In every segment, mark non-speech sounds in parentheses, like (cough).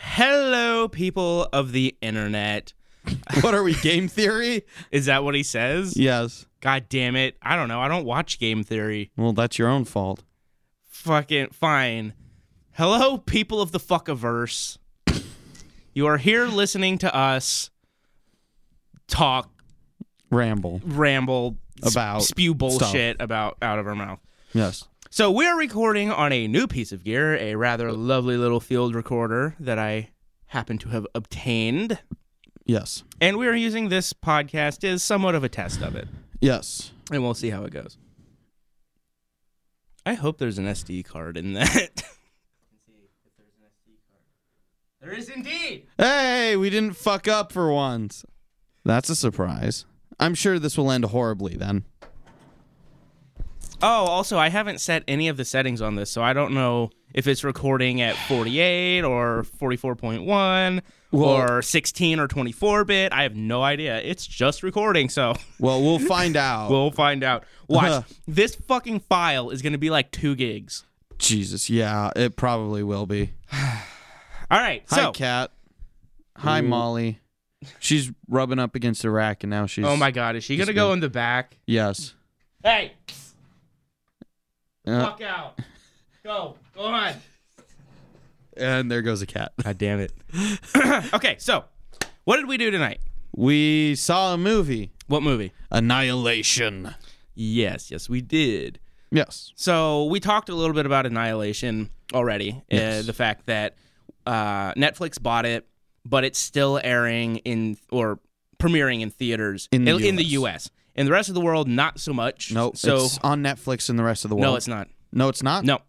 Hello, people of the internet. (laughs) What are we, game theory? Is that what he says? Yes. God damn it. I don't know. I don't watch game theory. Well, that's your own fault. Fucking fine. Hello, people of the fuckaverse. You are here listening to us talk, Ramble. ramble, s- About spew bullshit stuff. about out of our mouth. Yes. So we are recording on a new piece of gear, a rather lovely little field recorder that I happen to have obtained. Yes. And we are using this podcast as somewhat of a test of it. Yes. And we'll see how it goes. I hope there's an SD card in that. (laughs) There is indeed. Hey, we didn't fuck up for once. That's a surprise. I'm sure this will end horribly then. Oh, also, I haven't set any of the settings on this, so I don't know if it's recording at 48 or 44.1 or 16 or 24 bit. I have no idea. It's just recording, so (laughs) Well, (laughs) we'll find out. we'll find out. Watch. this fucking file is going to be like 2 gigs. Jesus. Yeah, it probably will be. All right. Hi, so, Cat. Hi, Molly. She's rubbing up against the rack and now she's. oh my god, is she going to go in the back? Yes. Hey, Uh, fuck out. Go. Go on. and there goes a cat. God damn it. (coughs) okay, so what did we do tonight? We saw a movie What movie? Annihilation. Yes, yes, we did. Yes. So we talked a little bit about Annihilation already. Yes. Uh, the fact that uh, Netflix bought it, but it's still airing in or premiering in theaters In the in, the US. U.S. In the rest of the world, not so much. No, So it's on Netflix and the rest of the world. no, it's not. No, it's not. No,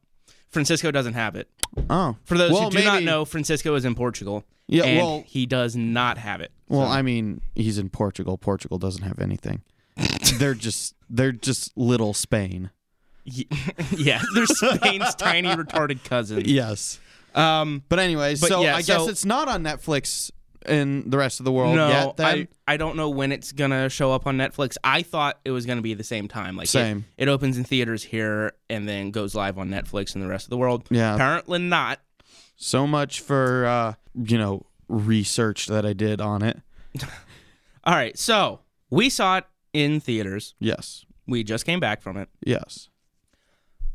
Francisco doesn't have it. Oh, For those Well, who do not maybe- know, Francisco is in Portugal. Yeah, and well- he does not have it. Well, I mean, he's in Portugal. Portugal doesn't (laughs) have anything. they're just they're just little Spain. Ye- (laughs) yeah, they're Spain's tiny retarded cousin. Yes. Um, But anyway, But so yeah, I so- guess it's not on Netflix in the rest of the world no, yet. Then I, I don't know when it's gonna show up on Netflix. I thought it was gonna be the same time. Like it- Same. It, opens in theaters here and then goes live on Netflix in the rest of the world. Yeah. apparently not. so much for uh, you know research that I did on it. All right, so we saw it in theaters. Yes. We just came back from it. Yes.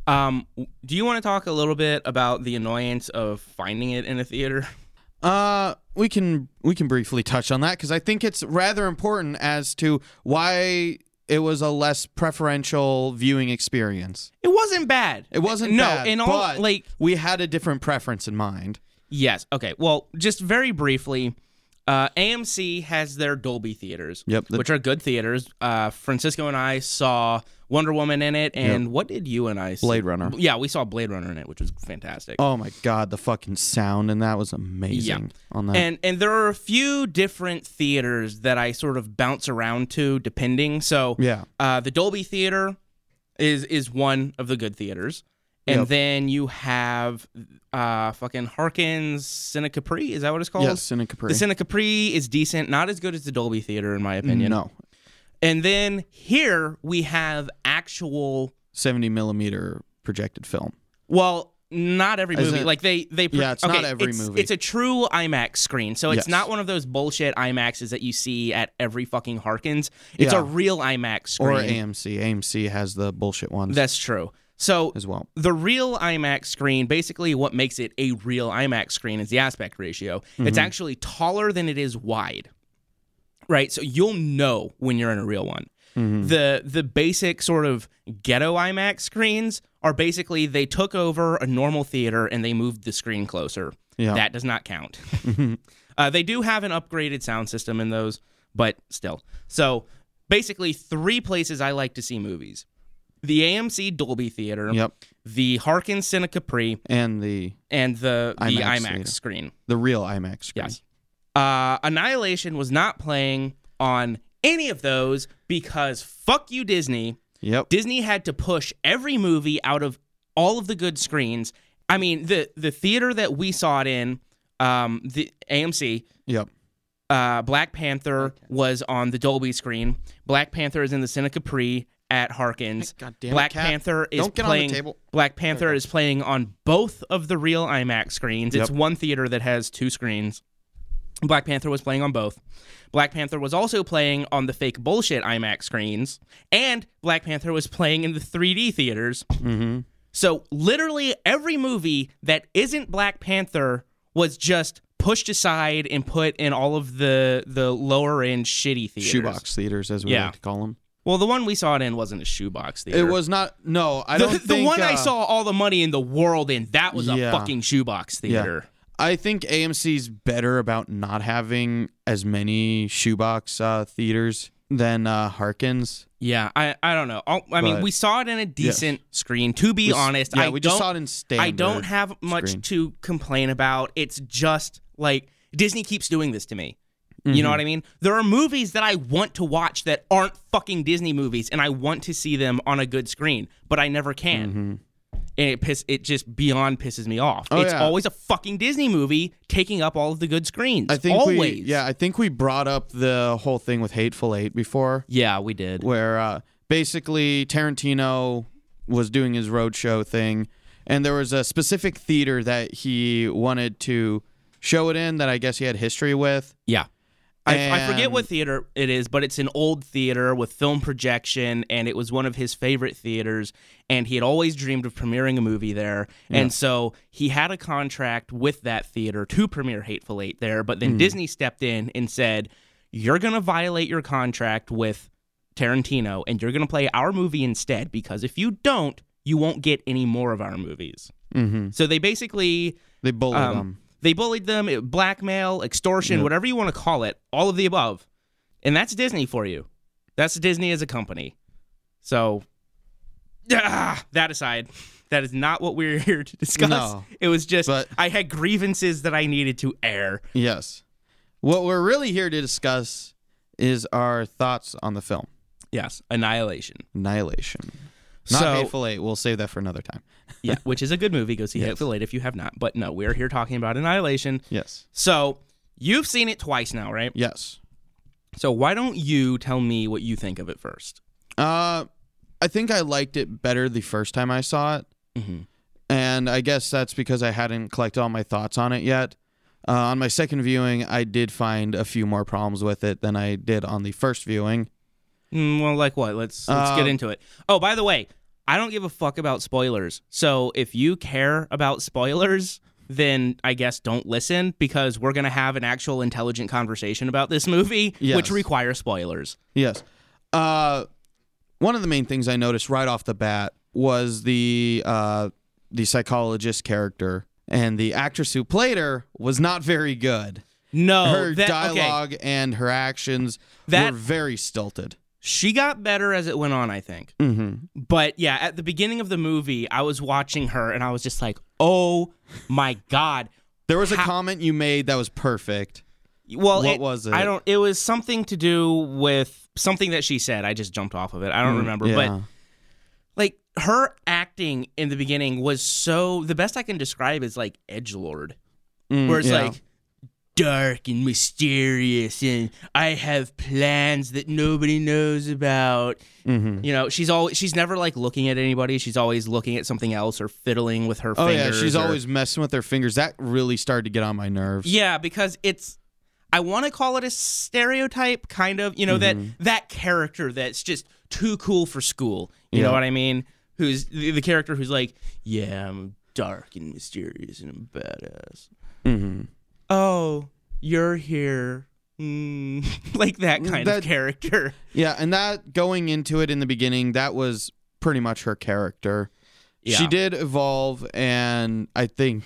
Um, w- do you want to talk a little bit about the annoyance of finding it in a theater? (laughs) Uh, we can we can briefly touch on that because I think it's rather important as to why it was a less preferential viewing experience. It wasn't bad. It wasn't no, bad, in all but like we had a different preference in mind. Yes. Okay. Well, just very briefly, uh, AMC has their Dolby theaters, Yep, the- which are good theaters. Uh, Francisco and I saw Wonder Woman in it, and what did you and I see? Blade Runner. Yeah, we saw Blade Runner in it, which was fantastic. Oh my god, the fucking sound and that was amazing on that. And and there are a few different theaters that I sort of bounce around to depending. So Yeah. uh, the Dolby Theater is is one of the good theaters. And Yep. then you have uh, fucking Harkins Cine Capri. Is that what it's called? yes, Cine Capri. Mm. The Cine Capri is decent, not as good as the Dolby Theater, in my opinion. no, And then here we have actual, seventy millimeter projected film. well, not every As movie. in- like they, they, pro- Yeah, it's not okay, every it's- movie. It's a true IMAX screen, so it's Yes. not one of those bullshit IMAXes that you see at every fucking Harkins. It's a Yeah. real IMAX Or screen. AMC. AMC has the bullshit ones That's true. So as well. the real IMAX screen, basically, what makes it a real IMAX screen is the aspect ratio. It's actually taller than it is wide, right? So you'll know when you're in a real one. The the basic sort of ghetto IMAX screens are basically they took over a normal theater and they moved the screen closer. Yeah. That does not count. (laughs) uh, they do have an upgraded sound system in those, but still. So basically, three places I like to see movies: the AMC Dolby Theater Yep. the Harkins Cine Capri And the and the the IMAX IMAX theater. screen. the real IMAX screen. Yes. Uh, Annihilation was not playing on any of those because fuck you Disney. Yep. Disney had to push every movie out of all of the good screens. I mean, the the theater that we saw it in, um, the AMC, yep. uh, Black Panther was on the Dolby screen. Black Panther is in the Cine Capri. at Harkins. God damn it, Black Kat. Panther is Don't get on the playing. table. Black Panther is playing on both of the real IMAX screens. It's Yep. one theater that has two screens. Black Panther was playing on both. Black Panther was also playing on the fake bullshit IMAX screens, and Black Panther was playing in the 3D theaters. Mm-hmm. So literally every movie that isn't Black Panther was just pushed aside and put in all of the the lower end shitty theaters. Shoebox theaters, as we Yeah. like to call them. Well, the one we saw it in wasn't a shoebox It theater. was not. No, (laughs) I the, don't. the think, one I uh, saw all the money in the world in. That was Yeah. a fucking shoebox theater. I think AMC's better about not having as many shoebox uh, theaters than uh, Harkins. Yeah, I, I don't know. I'll- I mean, But- we saw it in a decent screen. To be We s- honest, yeah, I we don't, just saw it in standard. I don't have much screen. to complain about. It's just like Disney keeps doing this to me. Mm-hmm. You know what I mean? There are movies that I want to watch that aren't fucking Disney movies, and I want to see them on a good screen, but I never can. And it piss it just beyond pisses me off. Mm-hmm. Oh, it's yeah. always a fucking Disney movie taking up all of the good screens. I think always. We, yeah, I think we brought up the whole thing with Hateful Eight before, Yeah, we did. where uh, basically Tarantino was doing his roadshow thing, and there was a specific theater that he wanted to show it in that I guess he had history with. Yeah. I, I forget And- what theater it is, but it's an old theater with film projection, and it was one of his favorite theaters. And he had always dreamed of premiering a movie there. And so he had a contract with that theater to premiere Hateful Eight there. But then Hmm. Disney stepped in and said, You're going to violate your contract with Tarantino, and you're going to play our movie instead, because if you don't, you won't get any more of our movies. Mm-hmm. So they basically They bullied um, him. They bullied them, it- blackmail, extortion, whatever you want to call it, all of the above. And that's Disney for you. That's Disney as a company. So, (laughs) ah, that aside, that is not what we're (laughs) here to discuss. No. it was just But- I had grievances that I needed to air. Yes. What we're really here to discuss is our thoughts on the film Yes, Annihilation. Annihilation. Not So- Hateful Eight. We'll save that for another time. (laughs) Yeah, which is a good movie. Go see it for late if you have not. But no, we're here talking about Annihilation. Yes. So, you've seen it twice now, right? Yes. So, why don't you tell me what you think of it 1st Uh, I think I liked it better the first time I saw it, Mm-hmm. and I guess that's because I hadn't collected all my thoughts on it yet. Uh, on my second viewing, I did find a few more problems with it than I did on the first viewing. Mm, well, like what? Let's let's get Uh, into it. Oh, by the way, I don't give a fuck about spoilers. So if you care about spoilers, then I guess don't listen because we're gonna have an actual intelligent conversation about this movie, which Yes. requires spoilers. Yes. Uh, one of the main things I noticed right off the bat was the uh, the psychologist character and the actress who played her was not very good. No, Her Oh, that, okay. dialogue and her actions That- were very stilted. She got better as it went on, I think. Mm-hmm. But yeah, at the beginning of the movie, I was watching her and I was just like, "Oh my god." There was a comment you made that was perfect. Well, What was it? I don't. It was something to do with something that she said. I just jumped off of it. I don't remember, but Mm, Yeah. like her acting in the beginning was so the best I can describe is like edge lord, Mm, where it's yeah. like dark and mysterious, and I have plans that nobody knows about. Mhm. You know, she's always she's never like looking at anybody. She's always looking at something else or fiddling with her. Oh yeah, fingers she's or- always messing with her fingers. That really started to get on my nerves. Yeah, because it's I want to call it a stereotype kind of, you know, Mm-hmm. that that character that's just too cool for school. You know Yeah. what I mean? Who's the, the character who's like, "Yeah, I'm dark and mysterious and I'm badass." Mhm. Oh, you're here. Mm. (laughs) like that kind of That- (laughs) character. Yeah, and that going into it in the beginning, that was pretty much her character. She Yeah. did evolve, and I think,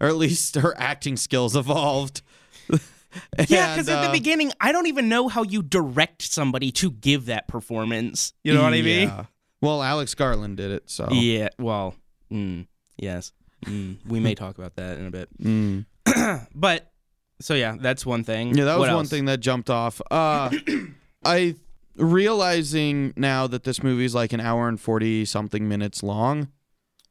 or at least her acting skills evolved. (laughs) Yeah, And, because at uh, the beginning, I don't even know how you direct somebody to give that performance. You know what I mean? yeah. Well, Alex Garland did it, so. Yeah. Well, mm, yes. Mm, we may talk about that in a bit. Mm. But so yeah, that's one thing. Yeah, that was What one else? thing that jumped off. (clears throat) Uh, I realizing now that this movie is like an hour and 40 something minutes long.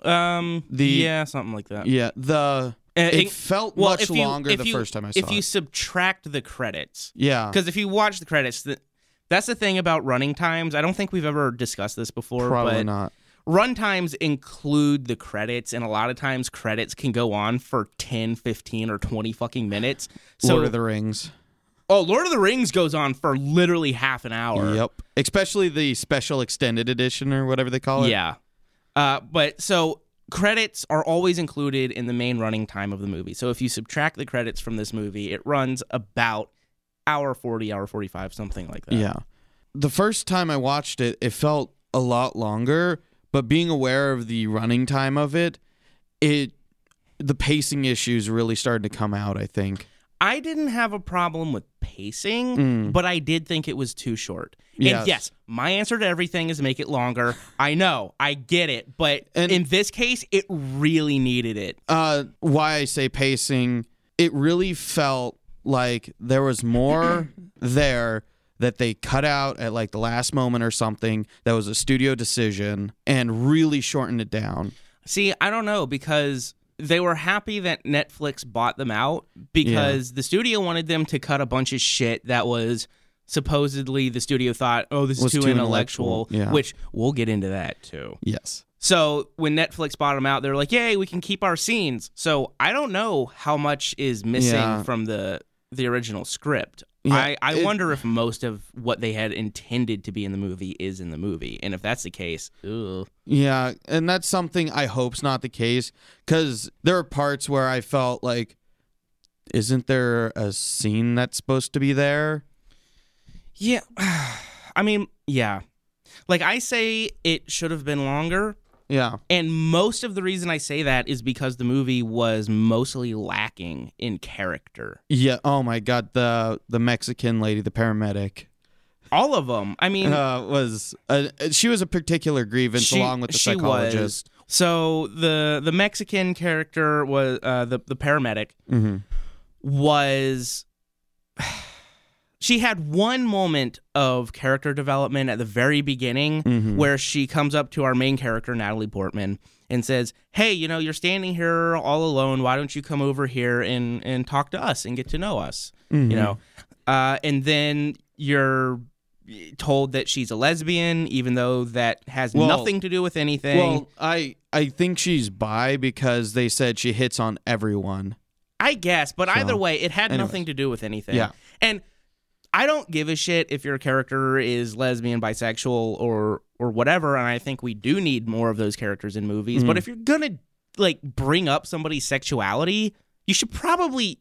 Um, the The- yeah, something like that. Yeah, the Uh, it, it- felt well, much if you- longer if the you- first time I saw If you it. subtract the credits, Yeah. because if you watch the credits, the, That's the thing about running times. I don't think we've ever discussed this before, Probably but not. run times include the credits and a lot of times credits can go on for 10, 15 or 20 fucking minutes. So Lord of the Rings. Oh, Lord of the Rings goes on for literally half an hour. Yep. Especially the special extended edition or whatever they call it. Yeah. Uh, but so credits are always included in the main running time of the movie. So if you subtract the credits from this movie, it runs about hour 40, hour 45, something like that. Yeah. The first time I watched it, it felt a lot longer, but being aware of the running time of it, it the pacing issues really started to come out, I think. I didn't have a problem with pacing, but I did think it was too short. Mm. Yes. And yes, my answer to everything is make it longer. I know, I get it, but And- in this case, it really needed it. Uh why I say pacing, it really felt like there was (coughs) more there that they cut out at like the last moment or something that was a studio decision and really shortened it down. See, I don't know because they were happy that Netflix bought them out because the studio wanted them to cut a bunch of shit that was supposedly the studio thought, oh, this is Was too, too intellectual, intellectual, yeah. which we'll get into that too. Yes. So when Netflix bought them out, they're like, yay, we can keep our scenes. So I don't know how much is missing Yeah. from the the original script. Yeah, I, I it- wonder if most of what they had intended to be in the movie is in the movie. And if that's the case, ugh. Yeah, and that's something I hope's not the case because there are parts where I felt like, isn't there a scene that's supposed to be there? Yeah. (sighs) I mean, yeah. Like I say it should have been longer, Yeah, and most of the reason I say that is because the movie was mostly lacking in character. yeah. Oh my god, the the Mexican lady, the paramedic, All of them. I mean, uh, was uh she was a particular grievance Mm. she, along with the she psychologist. was. So the the Mexican character was uh, the the paramedic hmm was (sighs) she had one moment of character development at the very beginning Mhm. where she comes up to our main character Natalie Portman and says, "Hey, you know, you're standing here all alone. Why don't you come over here and and talk to us and get to know us?" Mm-hmm. You know. Uh and then you're told that she's a lesbian even though that has Well- nothing to do with anything. Well, I I think she's bi because they said she hits on everyone. I guess, but either way, it had anyways. nothing to do with anything. Yeah. And I don't give a shit if your character is lesbian, bisexual, or or whatever. And I think we do need more of those characters in movies. Hmm. But if you're gonna like bring up somebody's sexuality, you should probably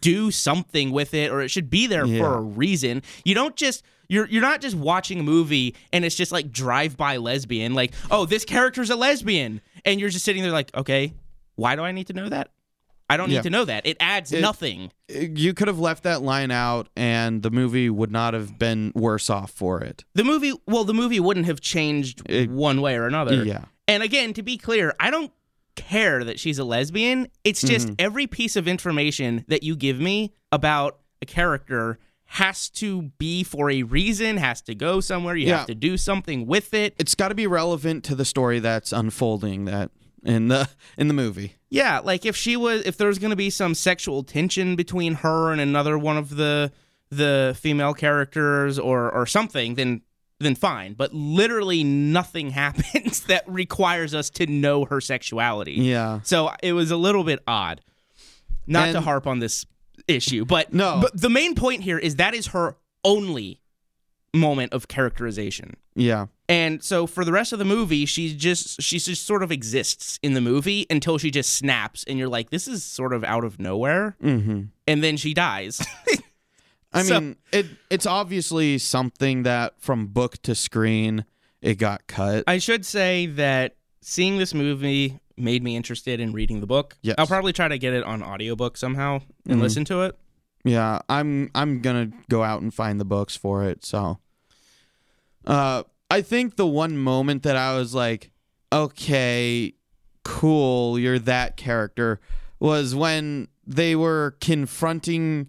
do something with it, or it should be there for Yeah. a reason. You don't just you're you're not just watching a movie and it's just like drive by lesbian. Like, oh, this character's a lesbian, and you're just sitting there like, okay, why do I need to know that? I don't need Yeah. to know that. It adds nothing. Uh, You could have left that line out, and the movie would not have been worse off for it. The movie, well, the movie wouldn't have changed It- one way or another. Eh, Yeah. And again, to be clear, I don't care that she's a lesbian. It's just Mm-hmm. every piece of information that you give me about a character has to be for a reason, has to go somewhere. You Yeah. have to do something with it. it's got to be relevant to the story that's unfolding that in the in the movie. Yeah, like if she was, if there was going to be some sexual tension between her and another one of the the female characters or or something, then then fine. But literally nothing (laughs) happens that requires us to know her sexuality. Yeah. So it was a little bit odd. Not to And- harp on this issue, but No. But the main point here is that is her only moment of characterization. Yeah. And so for the rest of the movie, she's just she just sort of exists in the movie until she just snaps, and you're like, this is sort of out of nowhere, hmm and then she dies. I So- mean, it it's obviously something that from book to screen it got cut. (laughs) I should say that seeing this movie made me interested in reading the book. Yes. Mm-hmm. I'll probably try to get it on audiobook somehow and listen to it. yeah, I'm I'm going to go out and find the books for it, so uh I think the one moment that I was like, "Okay, cool, you're that character," was when they were confronting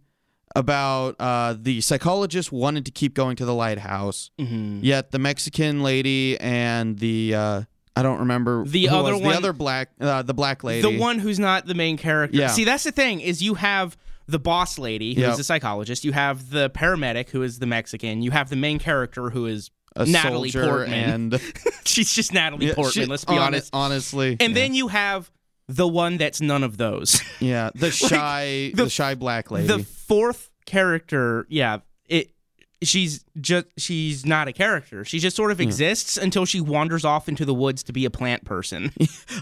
about uh, the psychologist wanted to keep going to the lighthouse, Mhm. yet the Mexican lady and the uh, I don't remember The who other was, one- the other black uh, the black lady, The one who's not the main character. Yeah. See, that's the thing is you have the boss lady, who is Yep. the psychologist. You have the paramedic, who is the Mexican. You have the main character, who is a Natalie soldier Portman. and (laughs) she's just Natalie (laughs) Yeah, Portman. she- let's be hone- honest. Honestly, And yeah. then you have the one that's none of (laughs) those. yeah, (laughs) the shy, the, the- shy black lady. the fourth character, yeah, it. She's just she's not a character. She just sort Hmm. of exists until she wanders off into the woods to be a plant (laughs) person.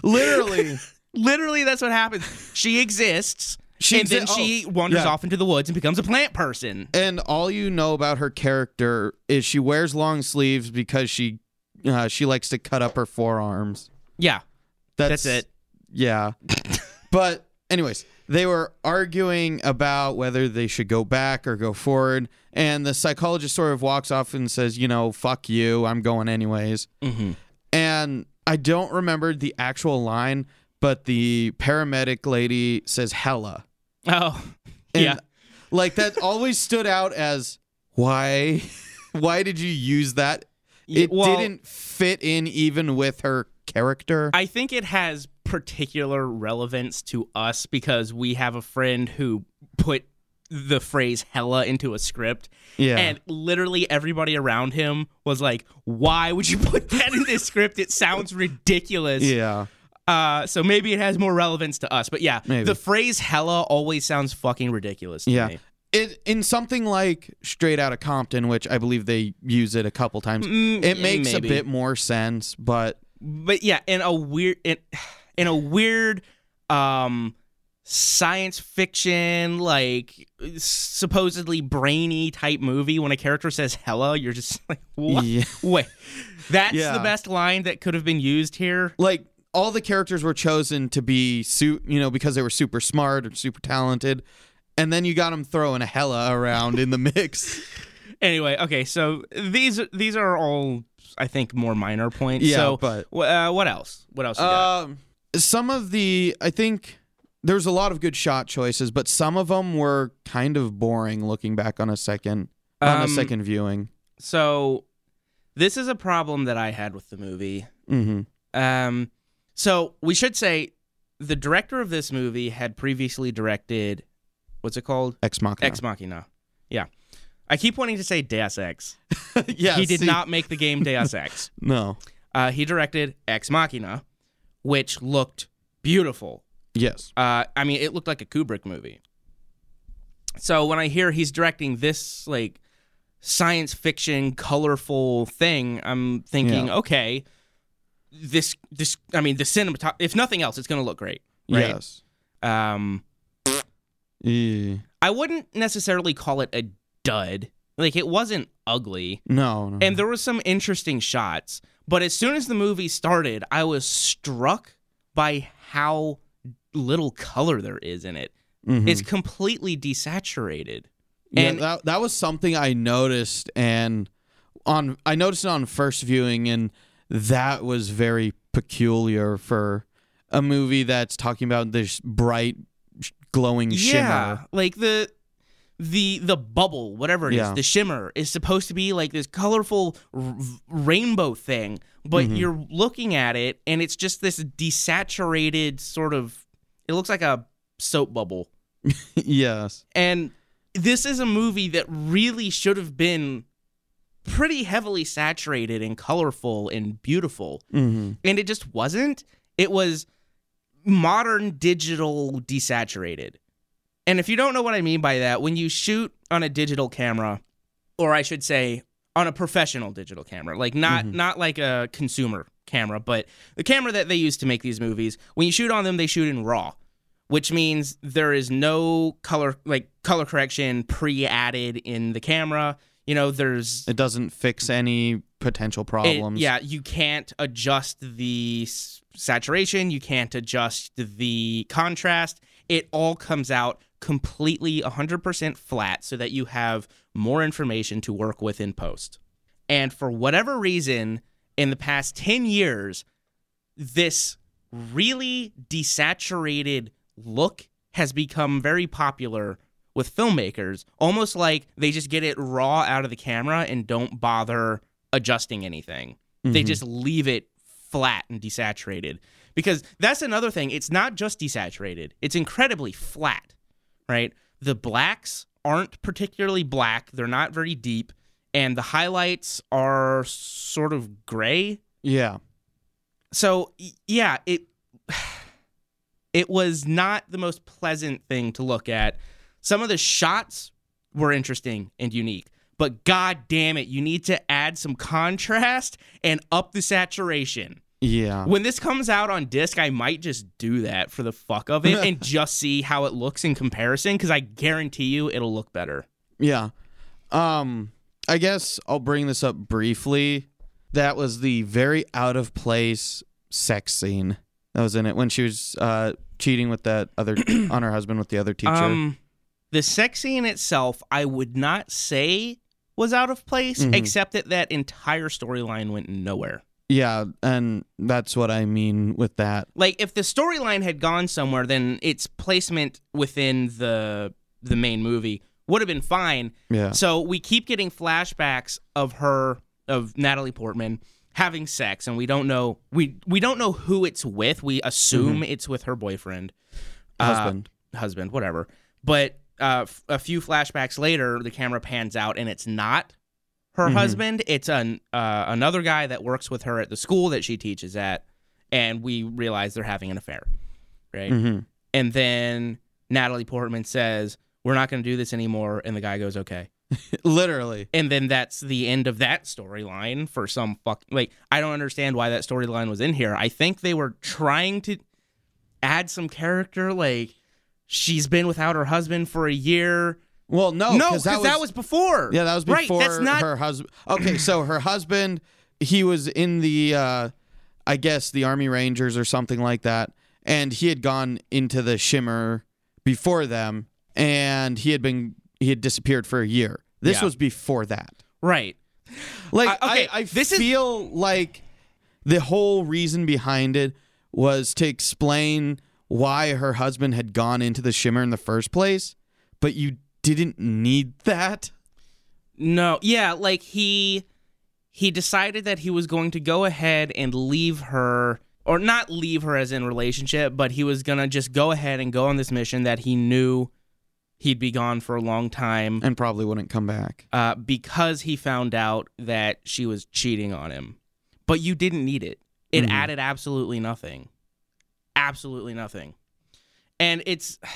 Literally, Literally, that's what happens. She exists, (laughs) She and then exi- oh, she wanders yeah. off into the woods and becomes a plant person. and all you know about her character is she wears long sleeves because she uh, she likes to cut up her forearms. Yeah, That's, that's it. (laughs) Yeah. but anyways, they were arguing about whether they should go back or go forward, and the psychologist sort of walks off and says, "You know, fuck you. I'm going anyways." Mm-hmm. And I don't remember the actual line, but the paramedic lady says "hella." Oh, (laughs) And, yeah. Like (laughs) that always stood out as why (laughs) why did you use that? Yeah, It well- didn't fit in even with her character. I think it has particular relevance to us because we have a friend who put the phrase hella into a script yeah. and literally everybody around him was like why would you (laughs) put that in this script it sounds ridiculous yeah. uh, so maybe it has more relevance to us but yeah Maybe. the phrase hella always sounds fucking ridiculous to Yeah. me. It in something like Straight Outta Compton, which I believe they use it a couple times. Mm, it makes maybe. a bit more sense, but but yeah in a weird in, in a weird um science fiction like supposedly brainy type movie when a character says hello you're just (laughs) like what Yeah. wait that's Yeah. the best line that could have been used here like all the characters were chosen to be su- you know because they were super smart or super talented and then you got them throwing a hella around in (laughs) the mix anyway okay so these these are all i think more minor points (laughs) Yeah, so but- wh- uh, what else what else you got? um some of the i think there's a lot of good shot choices but some of them were kind of boring looking back on a second on a Um, second viewing so this is a problem that i had with the movie hmm Um, so we should say the director of this movie had previously directed what's it called? ex machina Ex (laughs) Machina. Yeah, I keep wanting to say Deus Ex. (laughs) yeah he did see- not make the game (laughs) Deus Ex. no Uh, he directed Ex Machina, which looked beautiful. yes Uh, I mean, it looked like a Kubrick movie. So when I hear he's directing this like science fiction, colorful thing, I'm thinking, Yeah. okay, this this I mean, the cinematography. If nothing else, it's going to look great, right? yes Um, Eh, I wouldn't necessarily call it a dud. Like it wasn't ugly, no, no and there was some interesting shots. But as soon as the movie started, I was struck by how little color there is in it. Mhm. It's completely desaturated. Yeah, And- that that was something I noticed, and on I noticed it on first viewing, and that was very peculiar for a movie that's talking about this bright, sh- glowing Yeah, like the the the bubble, whatever it is, Yeah. the shimmer is supposed to be like this colorful r- rainbow thing, but you're looking at it and it's just this desaturated sort of. It looks like a soap bubble, shimmer. (laughs) yes, and this is a movie that really should have been pretty heavily saturated and colorful and beautiful. hmm and it just wasn't. It was modern digital desaturated. And if you don't know what I mean by that, when you shoot on a digital camera, or I should say on a professional digital camera, like not not like a consumer camera, but the camera that they use to make these movies, when you shoot on them, they shoot in raw, which means there is no color like color correction pre-added in the camera. You know, there's it doesn't fix any potential it- problems. yeah, you can't adjust the s- saturation. You can't adjust the contrast. It all comes out completely 100% flat so that you have more information to work with in post. And for whatever reason, in the past 10 years, this really desaturated look has become very popular with filmmakers, almost like they just get it raw out of the camera and don't bother adjusting anything. They Mhm. just leave it flat and desaturated. Because that's another thing, it's not just desaturated, it's incredibly flat, right? the blacks aren't particularly black. They're not very deep, and the highlights are sort of gray. Yeah. So y- yeah, it it was not the most pleasant thing to look at. Some of the shots were interesting and unique, but god damn it, you need to add some contrast and up the saturation. Yeah. When this comes out on disc, I might just do that for the fuck of it and just see how it looks in comparison because I guarantee you it'll look better. Yeah. Um I guess I'll bring this up briefly. That was the very out of place sex scene that was in it when she was uh cheating with that (clears throat) other (clears throat) on her husband with the other teacher. Um, the sex scene itself, I would not say was out of place, Mhm. except that that entire storyline went nowhere. yeah, and that's what I mean with that. Like, if the storyline had gone somewhere, then its placement within the the main movie would have been fine. Yeah. So we keep getting flashbacks of her of Natalie Portman having sex and we don't know we we don't know who it's with. We assume it's with her boyfriend, uh, Husband. husband, whatever. But uh, f- a few flashbacks later the camera pans out and it's not her Mhm. husband, it's an uh, another guy that works with her at the school that she teaches at and we realize they're having an affair. Right? hmm And then Natalie Portman says, "We're not going to do this anymore." And the guy goes, "Okay." Literally. and then that's the end of that storyline for some fuck like i don't understand why that storyline was in here i think they were trying to add some character like she's been without her husband for a year Well, no, no Oh, 'cause because that, was before Yeah, that was before right that's not her husband. Okay, so her husband, he was in the, uh, I guess, the Army Rangers or something like that, and he had gone into the Shimmer before them, and he had been he had disappeared for a year. This Yeah. was before that. right Like, I- okay, I, I this is- feel like the whole reason behind it was to explain why her husband had gone into the Shimmer in the first place, but you didn't need that. no yeah like he he decided that he was going to go ahead and leave her or not leave her as in relationship but he was going to just go ahead and go on this mission that he knew he'd be gone for a long time And probably wouldn't come back. uh, because he found out that she was cheating on him. But you didn't need it. It Mhm. added absolutely nothing. Absolutely nothing. And it's. (sighs)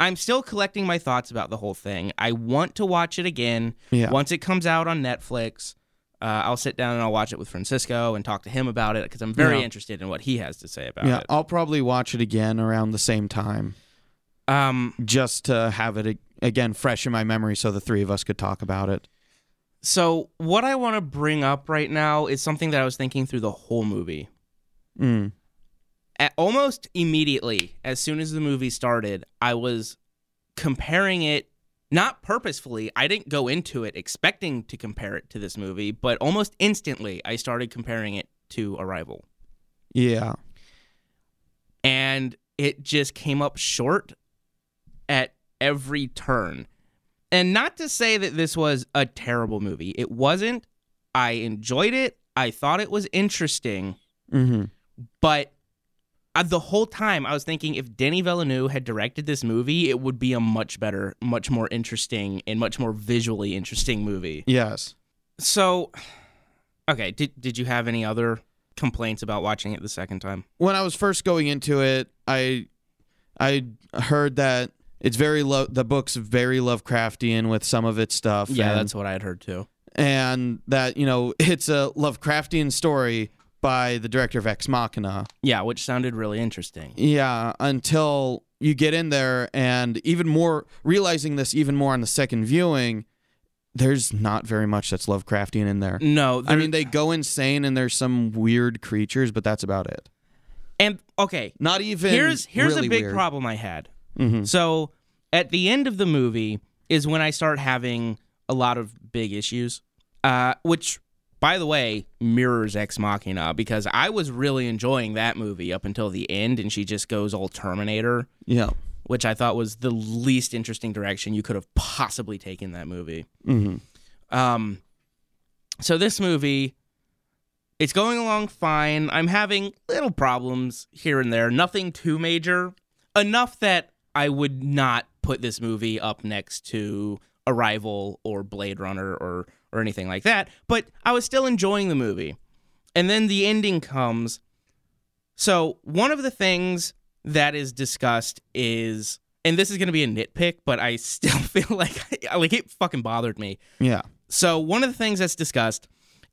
I'm still collecting my thoughts about the whole thing. I want to watch it again. Yeah. Once it comes out on Netflix, uh, I'll sit down and I'll watch it with Francisco and talk to him about it because I'm very Yeah. interested in what he has to say about Yeah, it. I'll probably watch it again around the same time Um, just to have it ag- again fresh in my memory so the three of us could talk about it. so, what I want to bring up right now is something that I was thinking through the whole movie. Mm. at, almost immediately, as soon as the movie started, I was comparing it not purposefully. I didn't go into it expecting to compare it to this movie, but almost instantly, I started comparing it to Arrival. Yeah. And it just came up short at every turn. And not to say that this was a terrible movie, it wasn't. I enjoyed it, I thought it was interesting. hmm But uh, the whole time I was thinking if Denny Villeneuve had directed this movie, it would be a much better, much more interesting, and much more visually interesting movie. Yes. So, okay, did, did you have any other complaints about watching it the second time? When I was first going into it, I I heard that it's very lo- the book's very Lovecraftian with some of its stuff. Yeah, and- that's what I had heard too. and that you know (laughs) it's a Lovecraftian story by the director of Ex Machina. Yeah, which sounded really interesting. Yeah, until you get in there and even more realizing this even more on the second viewing, there's not very much that's Lovecraftian in there. No, I mean, they go insane and there's some weird creatures, but that's about it. and okay, Not even here's here's really a big weird. problem I had. Mhm. So at the end of the movie is when I start having a lot of big issues, uh, which, by the way, mirrors Ex Machina because I was really enjoying that movie up until the end, and she just goes all Terminator, Yeah. which I thought was the least interesting direction you could have possibly taken that movie. hmm Um, so this movie, it's going along fine. I'm having little problems here and there, nothing too major, enough that I would not put this movie up next to Arrival or Blade Runner or or anything like that, but I was still enjoying the movie. And then the ending comes. So, one of the things that is discussed is and this is going to be a nitpick, but I (laughs) still feel like like it fucking bothered me. Yeah. So one of the things that's discussed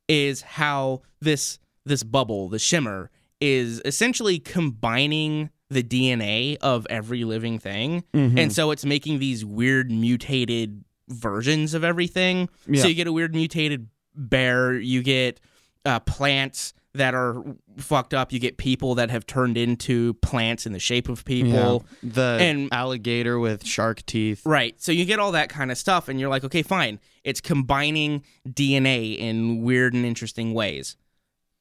is how this this bubble, the shimmer, is essentially combining the DNA of every living thing, Mm-hmm. Hmm. and so it's making these weird mutated versions of everything. Yeah. So you get a weird mutated bear, you get uh, plants that are fucked up, you get people that have turned into plants in the shape of people. Yeah. the and- alligator with shark teeth. Right. So you get all that kind of stuff, and you're like, okay, fine. It's combining DNA in weird and interesting ways.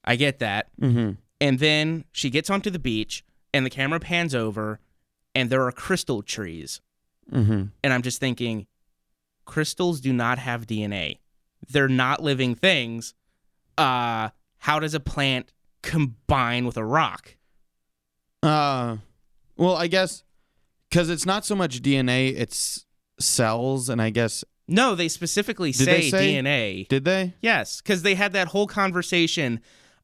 I get that. Mm-hmm. And then she gets onto the beach, and the camera pans over, and there are crystal trees. Mm-hmm. And I'm just thinking, crystals do not have DNA, they're not living things. Uh, how does a plant combine with a rock? Uh, well, I guess because it's not so much DNA, it's cells, and I guess No, they specifically Did they say, say- DNA. did they? Yes, because they had that whole conversation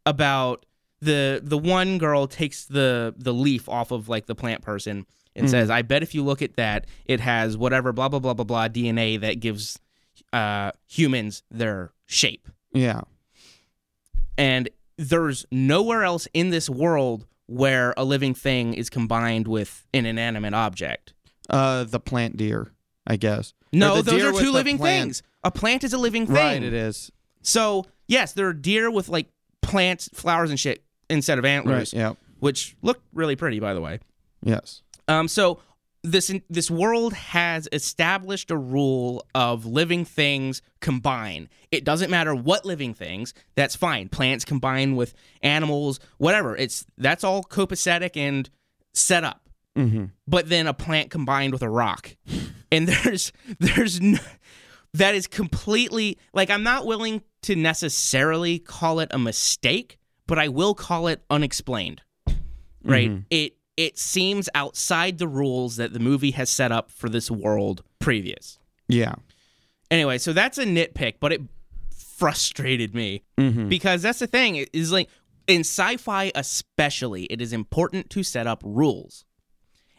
about the the one girl takes the the leaf off of like the plant person and says, Mm-hmm. "I bet if you look at that, it has whatever blah blah blah blah blah DNA that gives uh, humans their shape." Yeah. And there's nowhere else in this world where a living thing is combined with an inanimate object. Uh, the plant deer, I guess. No, Or the those deer are with two the living plant. things. A plant is a living thing. Right, it is. So yes, there are deer with like plants, flowers, and shit instead of Right. antlers, Yeah. which looked really pretty, by the way. Yes. Um, so this this world has established a rule of living things combine. It doesn't matter what living things. That's fine. Plants combine with animals, whatever. It's that's all copacetic and set up Mm-hmm. but then a plant combined with a rock. And there's (laughs) there's no, that is completely like I'm not willing to necessarily call it a mistake, but I will call it unexplained. Right? It it seems outside the rules that the movie has set up for this world previous. Yeah. Anyway, so that's a nitpick, but it frustrated me Mm-hmm. because that's the thing it is like in sci-fi especially it is important to set up rules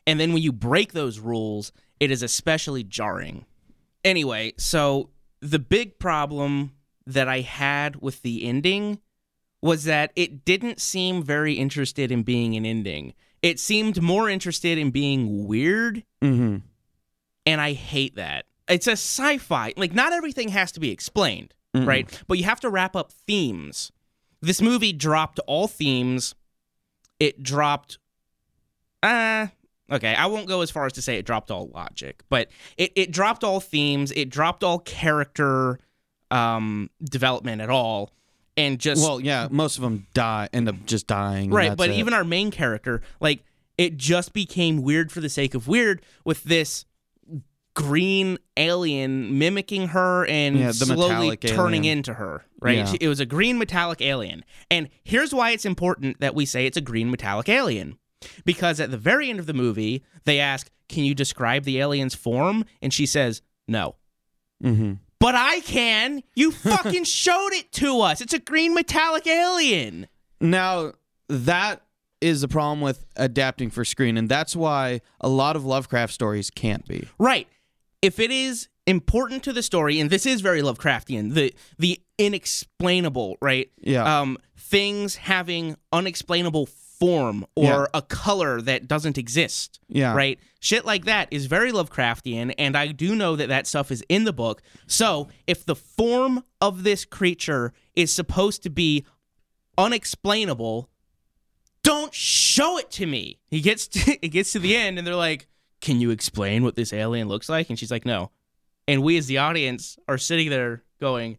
and then when you break those rules it is especially jarring anyway so the big problem that i had with the ending was that it didn't seem very interested in being an ending it seemed more interested in being weird Mm-hmm. and I hate that. It's a sci-fi. Like not everything has to be explained, Mm-mm. right? But you have to wrap up themes. This movie dropped all themes. It dropped uh okay, I won't go as far as to say it dropped all logic, but it it dropped all themes, it dropped all character um development at all and just Well, yeah. Most of them die, end up just dying. and Right, that's but it. even our main character, like it just became weird for the sake of weird with this green alien mimicking her and Yeah, the slowly metallic turning alien. into her, right? Yeah. It was a green metallic alien. And here's why it's important that we say it's a green metallic alien. Because at the very end of the movie, they ask, "Can you describe the alien's form?" and she says, "No." Mhm. But I can. You fucking (laughs) showed it to us. It's a green metallic alien. Now that is the problem with adapting for screen, and that's why a lot of Lovecraft stories can't be. Right. If it is important to the story, and this is very Lovecraftian, the the inexplainable, right? Yeah. Um, things having unexplainable form or Yeah. a color that doesn't exist. Yeah. Right. Shit like that is very Lovecraftian, and I do know that that stuff is in the book. So if the form of this creature is supposed to be unexplainable, don't show it to me. He gets (laughs) to, it gets to the end, and they're like, "Can you explain what this alien looks like?" And she's like, "No." And we, as the audience, are sitting there going,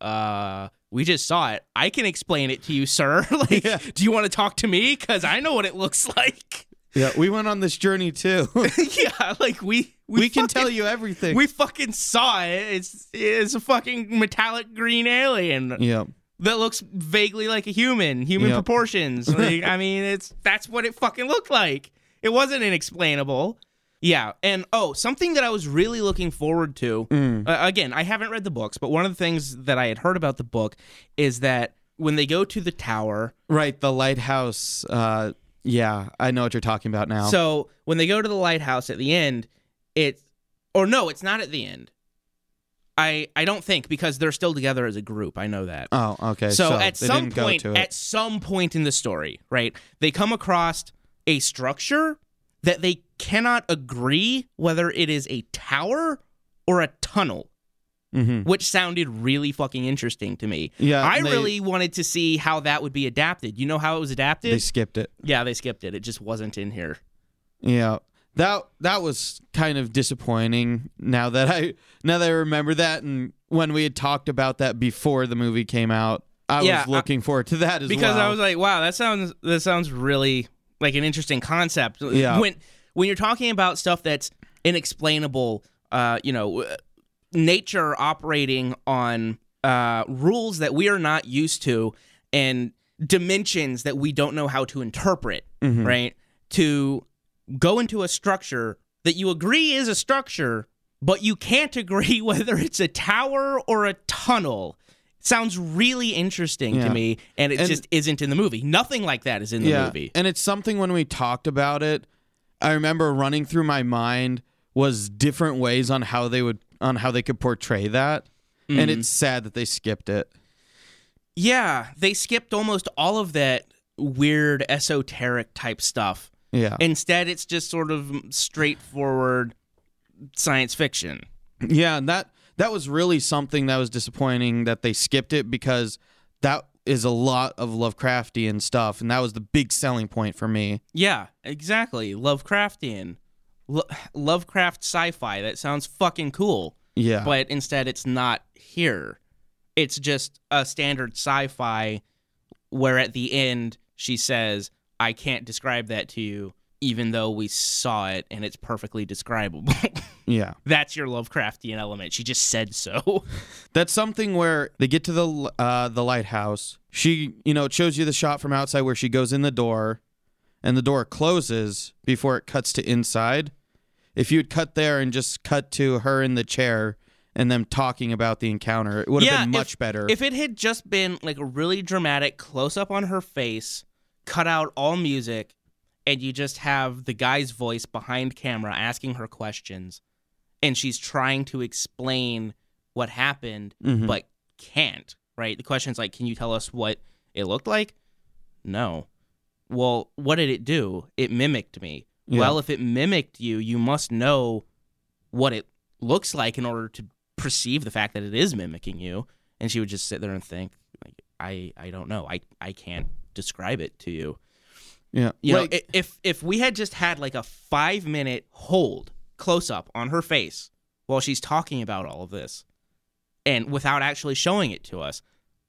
"Uh." We just saw it. I can explain it to you, sir. (laughs) like, Yeah. do you want to talk to me? Because I know what it looks (laughs) like. Yeah. We went on this journey (laughs) too. (laughs) yeah, like we we, we can fucking- tell you everything. we fucking saw it. It's it's a fucking metallic green alien yeah. that looks vaguely like a human, human Yep. (laughs) proportions. Like I mean, it's that's what it fucking looked like. It wasn't inexplainable. Yeah, and oh, something that I was really looking forward to. Mm. Uh, again, I haven't read the books, but one of the things that I had heard about the book is that when they go to the tower, Right, the lighthouse. Uh, yeah, I know what you're talking about now. so when they go to the lighthouse at the end, it's or no, it's not at the end. I I don't think because they're still together as a group. I know that. oh, okay. so, at they some didn't go point to it. at some point in the story right they come across a structure that they cannot agree whether it is a tower or a tunnel Mhm. which sounded really fucking interesting to me Yeah, i they- really wanted to see how that would be adapted you know how it was adapted they skipped it. yeah they skipped it it just wasn't in here Yeah. That that was kind of disappointing now that I now that I remember that and when we had talked about that before the movie came out, I Yeah, was looking forward to that as because well. I was like, wow, that sounds that sounds really like an interesting concept. Yeah. When when you're talking about stuff that's inexplainable, uh, you know, uh, nature operating on uh, rules that we are not used to and dimensions that we don't know how to interpret, Mm-hmm. right? To go into a structure that you agree is a structure, but you can't agree (laughs) whether it's a tower or a tunnel. Sounds really interesting Yeah. to me, and it And- just isn't in the movie. Nothing like that is in the movie. And it's something when we talked about it, I remember running through my mind was different ways on how they would on how they could portray that. And Mm-hmm. it's sad that they skipped it. Yeah, they skipped almost all of that weird esoteric type stuff. Yeah. Instead, it's just sort of straightforward science fiction. Yeah, and that that was really something that was disappointing that they skipped it because that is a lot of Lovecraftian stuff, and that was the big selling point for me. Yeah, exactly. Lovecraftian. Lo- Lovecraft sci fi. That sounds fucking cool. Yeah, But instead, it's not here. It's just a standard sci fi where at the end she says, I can't describe that to you, even though we saw it and it's perfectly describable. (laughs) yeah, That's your Lovecraftian element. She just said so. (laughs) that's something where they get to the l- uh, the lighthouse. She, you know, it shows you the shot from outside where she goes in the door, and the door closes before it cuts to inside. If you had cut there and just cut to her in the chair and them talking about the encounter, it would have Yeah, been if- much better. If it had just been like a really dramatic close up on her face, cut out all music, and you just have the guy's voice behind camera asking her questions, and she's trying to explain what happened, Mhm. but can't, right? The question's like, can you tell us what it looked like? No. Well, what did it do? It mimicked me. Yeah. Well, if it mimicked you, you must know what it looks like in order to perceive the fact that it is mimicking you. And she would just sit there and think, like, I, I don't know. I, I can't describe it to you. yeah, You Like- know, i- if if we had just had like a five minute hold close up on her face while she's talking about all of this, and without actually showing it to us,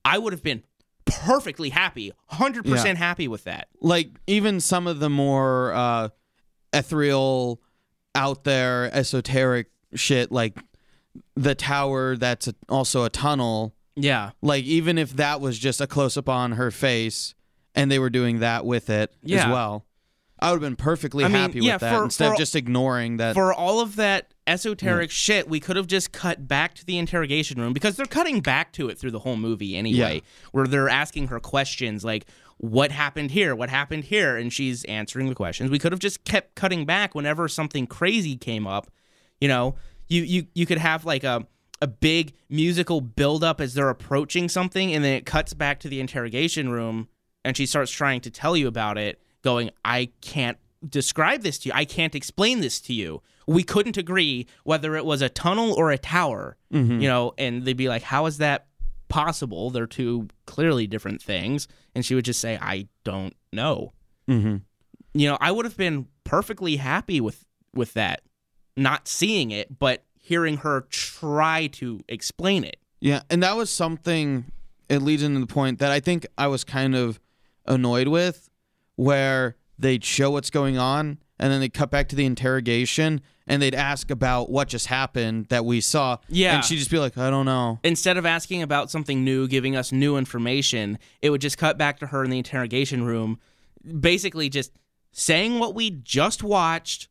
I would have been perfectly happy, hundred percent happy with that. like even some of the more uh ethereal out there esoteric shit like the tower that's a, also a tunnel Yeah, like even if that was just a close up on her face and they were doing that with it Yeah. as well i would have been perfectly I mean, happy yeah, with that for- instead for- of just ignoring that for all of that esoteric shit, we could have just cut back to the interrogation room because they're cutting back to it through the whole movie anyway, Yeah. where they're asking her questions like, what happened here? What happened here? And she's answering the questions. We could have just kept cutting back whenever something crazy came up. You know, you you, you could have like a a big musical buildup as they're approaching something, and then it cuts back to the interrogation room, and she starts trying to tell you about it, going, I can't describe this to you. I can't explain this to you. We couldn't agree whether it was a tunnel or a tower, you know, and they'd be like, How is that possible? They're two clearly different things. And she would just say, I don't know. Mhm. You know, I would have been perfectly happy with with that, not seeing it, but hearing her try to explain it. Yeah, and that was something it leads into the point that I think I was kind of annoyed with where they'd show what's going on and then they cut back to the interrogation and they'd ask about what just happened that we saw. Yeah. And she'd just be like, I (laughs) don't know. Instead of asking about something new, giving us new information, it would just cut back to her in the interrogation room, basically just saying what we just watched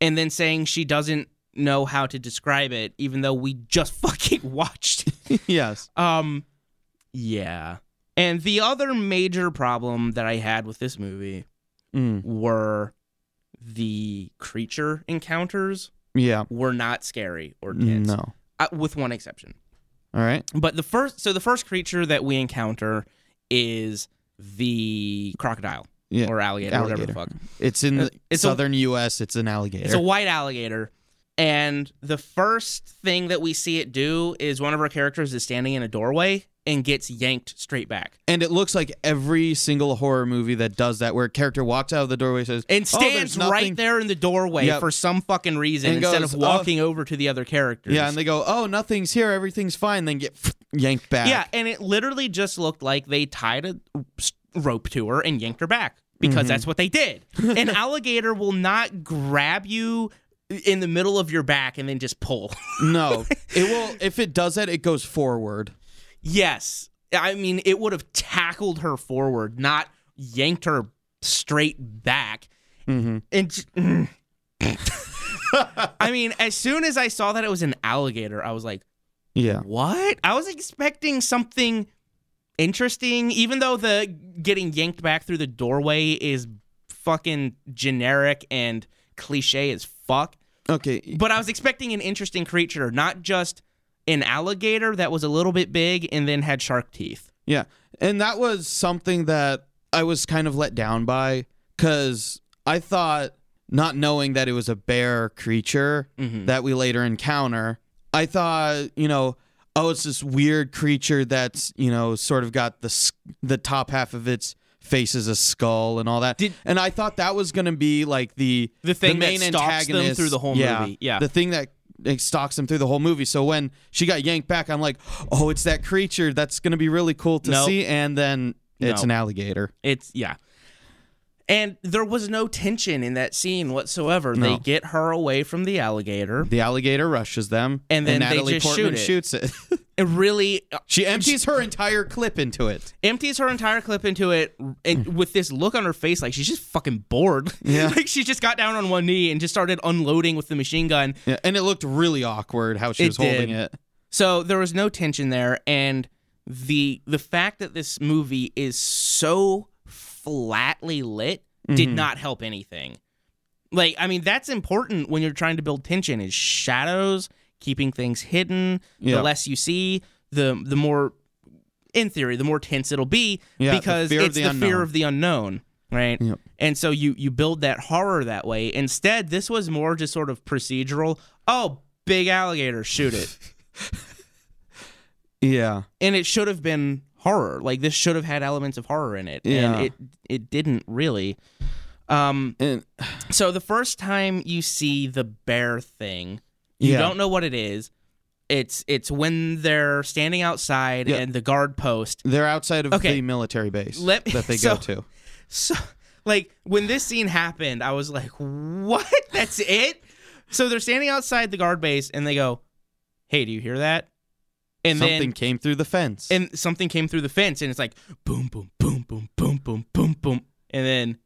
and then saying she doesn't know how to describe it, even though we just (laughs) fucking watched it. yes. Um, yeah. And the other major problem that I had with this movie Mm. were the creature encounters Yeah. were not scary or tense, No. All uh, with one exception. right. But the first, so the first creature that we encounter is the crocodile Yeah. or alligator, Alligator. whatever the fuck. It's in the It's a- southern U.S. It's an alligator. It's a white alligator. And the first thing that we see it do is one of our characters is standing in a doorway and gets yanked straight back. and it looks like every single horror movie that does that, where a character walks out of the doorway says, And "Oh, stands there's nothing." right there in the doorway Yep. for some fucking reason And instead goes, of walking over to the other characters. Yeah, and they go, "Oh, nothing's here. Everything's fine." Then get yanked back. Yeah, and it literally just looked like they tied a rope to her and yanked her back because Mm-hmm. that's what they (laughs) did. An alligator will not grab you in the middle of your back and then just pull. (laughs) (laughs) No, it will. If it does that, it goes forward. yes. I mean, it would have tackled her forward, not yanked her straight back. Mm-hmm. And j- mm. (laughs) I mean, as soon as I saw that it was an alligator, I was like, Yeah. What? I was expecting something interesting, even though the getting yanked back through the doorway is fucking generic and cliche as fuck. Okay. But I was expecting an interesting creature, not just an alligator that was a little bit big and then had shark teeth. Yeah. And that was something that I was kind of let down by because I thought, not knowing that it was a bear creature Mm-hmm. that we later encounter, I thought, you know, oh, it's this weird creature that's, you know, sort of got the, s- the top half of its face is a skull and all that. Did- and I thought that was going to be like the, The thing that main stalks them antagonist. through the whole yeah, movie. Yeah. The thing that it stalks them through the whole movie. So when she got yanked back, I'm like, oh, it's that creature. That's going to be really cool to No. see. And then it's No. an alligator. It's yeah. And there was no tension in that scene whatsoever. No. They get her away from the alligator. The alligator rushes them. And then they Natalie just Portman shoot shoots it. (laughs) It really she empties her entire clip into it. empties her entire clip into it and with this look on her face like she's just fucking bored. Yeah. (laughs) like she just got down on one knee and just started unloading with the machine gun. Yeah, and it looked really awkward how she It was holding did. it. So there was no tension there and the the fact that this movie is so flatly lit did Mm-hmm. not help anything. Like I mean that's important when you're trying to build tension is shadows, keeping things hidden, Yeah. the less you see, the the more in theory, the more tense it'll be Yeah, the because fear of it's the the, unknown. fear of the unknown, right? Yep. And so you you build that horror that way. Instead, this was more just sort of procedural. Oh, big alligator, shoot it. Yeah. and it should have been horror. Like this should have had elements of horror in it, Yeah. and it it didn't really. Um, And so the first time you see the bear thing, you Yeah. don't know what it is. It's it's when they're standing outside Yeah. and the guard post. they're outside of Okay. the military base Let me- (laughs) that they so- go to. So like when this scene happened, I was like, "What? That's it?" So they're standing outside the guard base and they go, "Hey, do you hear that?" And Something then came through the fence. and something came through the fence and it's like boom boom boom boom boom boom boom boom and then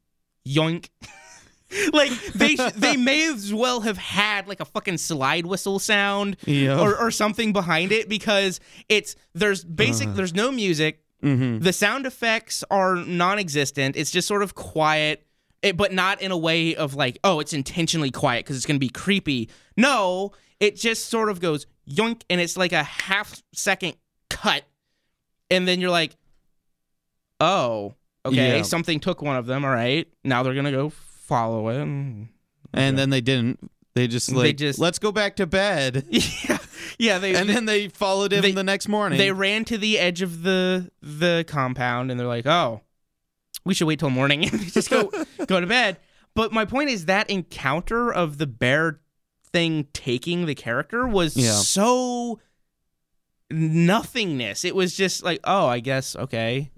yoink (laughs) like they they may as well have had like a fucking slide whistle sound yeah. or, or something behind it because it's there's basic there's no music Mhm. the sound effects are non-existent it's just sort of quiet it, but not in a way of like oh it's intentionally quiet because it's going to be creepy no it just sort of goes yoink and it's like a half second cut and then you're like oh okay Yeah. something took one of them all right now they're going to go follow it And then they didn't. They just They like just- let's go back (laughs) to bed. (laughs) yeah yeah they And then they followed him They- the next morning. They ran to the edge of the the compound and they're like, "Oh, we should wait till morning and (laughs) just go go to bed." But my point is that encounter of the bear thing taking the character was Yeah. so nothingness. It was just like, "Oh, I guess okay."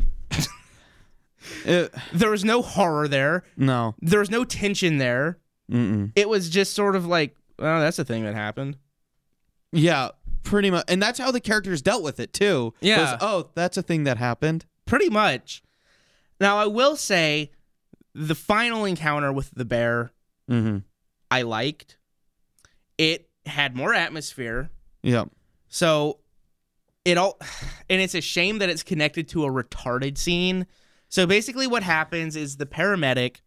It- There was no horror there. no. There was no tension there. Mm-mm. It was just sort of like, "Oh, that's a thing that happened." Yeah, pretty much. And that's how the characters dealt with it too. Yeah. Was, oh, that's a thing that happened. pretty much. Now I will say the final encounter with the bear Mm-hmm. I I liked. It had more atmosphere. Yep. So it all (sighs) and it's a shame that it's connected to a retarded scene. So basically what happens is the paramedic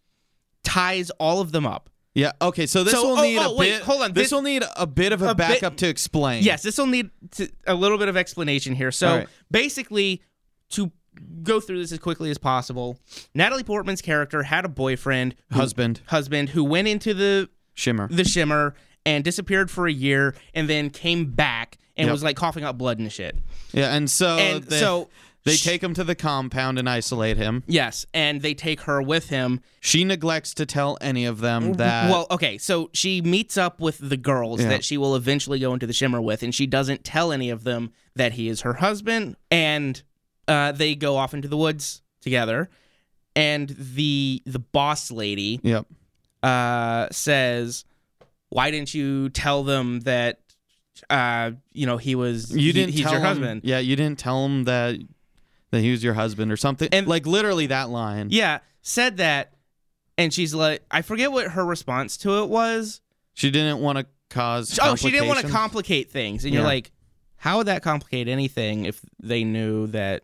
ties all of them up. Yeah. Okay. So this So- will oh, need oh, a wait, bit. hold on, This, this- will need a bit of a, a bit- backup to explain. Yes, this will need to, a little bit of explanation here. So All right. basically, to go through this as quickly as possible, Natalie Portman's character had a boyfriend, who- Husband husband who went into the Shimmer. the shimmer and disappeared for a year, and then came back and Yep. was like coughing up blood and shit. Yeah. And so and they, so they sh- take him to the compound and isolate him. yes, and they take her with him. She neglects to tell any of them that. Well, okay, so she meets up with the girls Uh, Yeah. that she will eventually go into the shimmer with, and she doesn't tell any of them that he is her husband. And uh, they go off into the woods together. And the the boss lady Yep. uh, says, "Why didn't you tell them that uh, you know he was You he- didn't. he's tell your him, husband?" Yeah. You didn't tell him that that he was your husband or something. And- like literally that line. Yeah, said that, and she's like, I forget what her response to it was. She didn't want to cause. Oh, she didn't want to complications. complicate things, and you're Yeah. like, how would that complicate anything if they knew that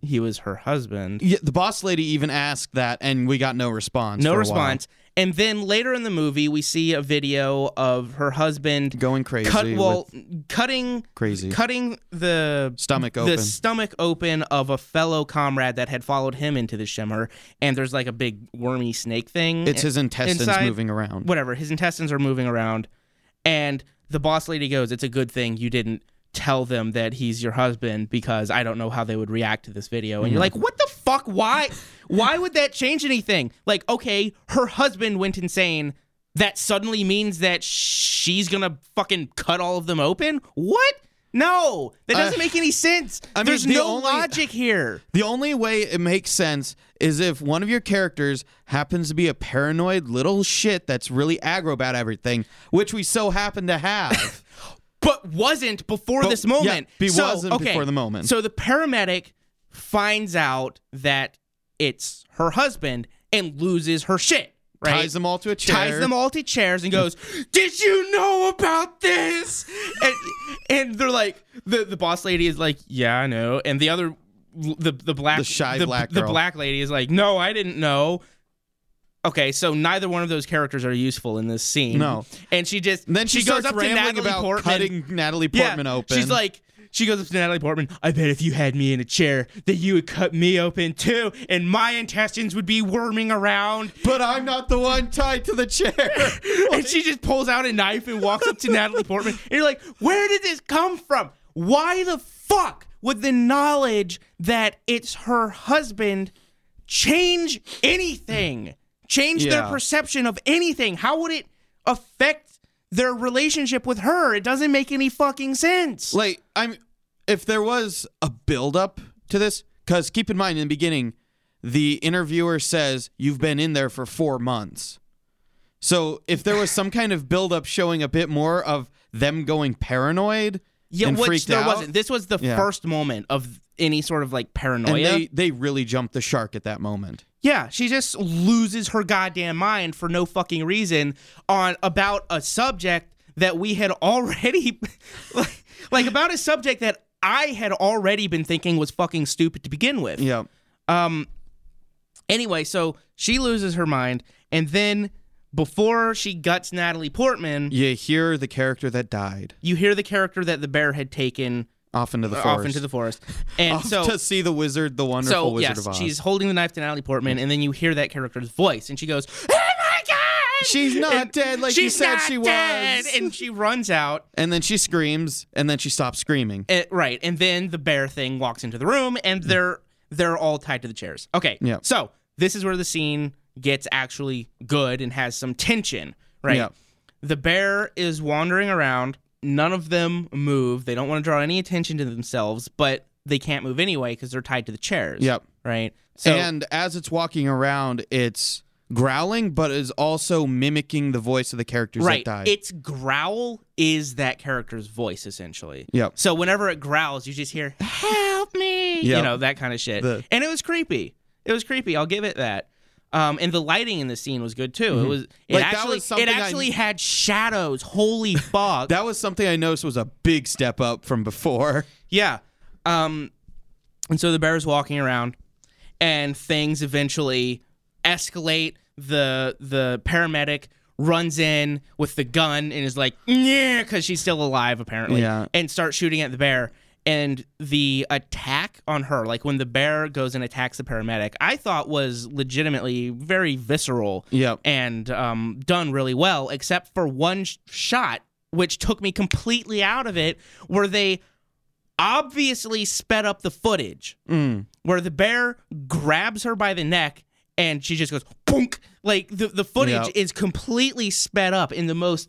he was her husband? Yeah, the boss lady even asked that, and we got no response. No for a while. response. And then later in the movie, we see a video of her husband Going crazy. cut with well cutting crazy. cutting the Stomach open. the stomach open of a fellow comrade that had followed him into the shimmer and there's like a big wormy snake thing it's his intestines inside- moving around. whatever his intestines are moving around and the boss lady goes it's a good thing you didn't tell them that he's your husband because i don't know how they would react to this video and you're Mm-hmm. like what the fuck why why would that change anything like okay her husband went insane that suddenly means that she's gonna fucking cut all of them open what no that doesn't Uh, make any sense I mean, there's the no only- logic here The only way it makes sense is if one of your characters happens to be a paranoid little shit that's really aggro about everything, which we so happen to (laughs) have. but wasn't before But- this moment. yeah, be- so, wasn't okay, before the moment. So the paramedic finds out that it's her husband and loses her shit. Right? Ties them all to a chair. Ties them all to chairs and goes, "Did you know about this?" And and they're like, the the boss lady is like, "Yeah, I know," and the other. The the black The shy black the girl. black lady is like no I didn't know okay so neither one of those characters are useful in this scene No. and she just Then she, goes starts up to rambling Natalie about Portman cutting Natalie Portman open. She's like, she goes up to Natalie Portman. I bet if you had me in a chair, that you would cut me open too, and my intestines would be worming (laughs) around. but I'm not the one tied to the chair. (laughs) And she just pulls out a knife and walks up to Natalie Portman. And you're like, where did this come from? Why the fuck would the knowledge that it's her husband change anything? Change their Yeah. perception of anything? How would it affect their relationship with her? It doesn't make any fucking sense. like I'm if there was a build up to this cuz keep in mind in the beginning the interviewer says you've been in there for 4 months. So if there was some kind of build up showing a bit more of them going paranoid Yeah, and which freaked there out, wasn't. This Oh, was the Yeah. first moment of any sort of like and paranoia. they they really jumped the shark at that moment. yeah, she just loses her goddamn mind for no fucking reason on about a subject that we had already (laughs) like, like about a subject that I had already been thinking was fucking stupid to begin with. Yeah. Anyway, so she loses her mind and then before she guts Natalie Portman, You hear the character that died you hear the character that the bear had taken off into the forest. off into the (laughs) forest. And Off so to see the wizard, the So wonderful wizard yes, of Oz. she's holding the knife to Natalie Portman, and then you hear that character's voice, and she goes, "Oh my god, She's not And dead like you she's said not she dead!" was. and she runs out. and then she screams and then she stops screaming. eh, right, and then the bear thing walks into the room, and they're they're all tied to the chairs. Okay, Mm. Yeah. So this is where the scene gets actually good and has some tension. Right, Yeah. the bear is wandering around. None of them move. They don't want to draw any attention to themselves, but they can't move anyway because they're tied to the chairs. Yep. Right. So and as it's walking around, it's growling, but is also mimicking the voice of the characters right. that died. Its growl is that character's voice essentially. Yep. So whenever it growls, you just hear "Help me," you Yep. know that kind of shit, The- and it was creepy. It was creepy. I'll give it that. Um, and the lighting in the scene was good too. It was it Mm-hmm. Like, that actually was it something I- actually had shadows. Holy (laughs) fuck! That was something I noticed was a big step up from (laughs) before. Yeah. Um, and so the bear's walking around, and things eventually escalate. The the paramedic runs in with the gun and is like, yeah, because she's still alive apparently, Yeah. and starts shooting at the bear. And the attack on her, like when the bear goes and attacks the paramedic, I thought was legitimately very visceral Yep. and um, done really well, except for one sh- shot, which took me completely out of it, where they obviously sped up the footage, where the bear grabs her by the neck and she just goes, boonk. Like the, the footage Yeah. is completely sped up in the most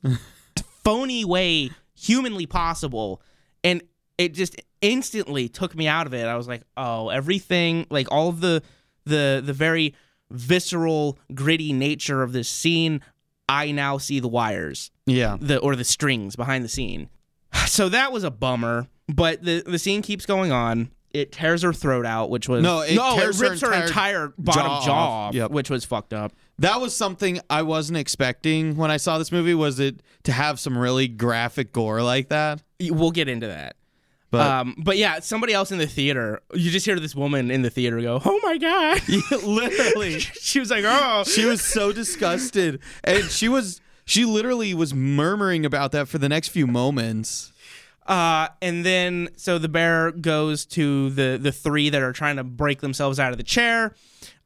phony way humanly possible. And it just instantly took me out of it. I was like, oh, everything, like all of the the the very visceral, gritty nature of this scene, I now see the wires Yeah. the or the strings behind the scene. (sighs) So that was a bummer, but the the scene keeps going on. It tears her throat out, which was No, it tears her rips her entire entire, bottom jaw jaw, off. Yep. which was fucked up. That was something I wasn't expecting when I saw this movie was it to have some really graphic gore like that. We'll get into that. But- um, but yeah, somebody else in the theater, you just hear this woman in the theater go, "Oh my (laughs) god!" (laughs) literally. she was like, "Oh, She (laughs) was so disgusted and she was she literally was murmuring about that for the next few moments. Uh, and then so the bear goes to the the three that are trying to break themselves out of the chair.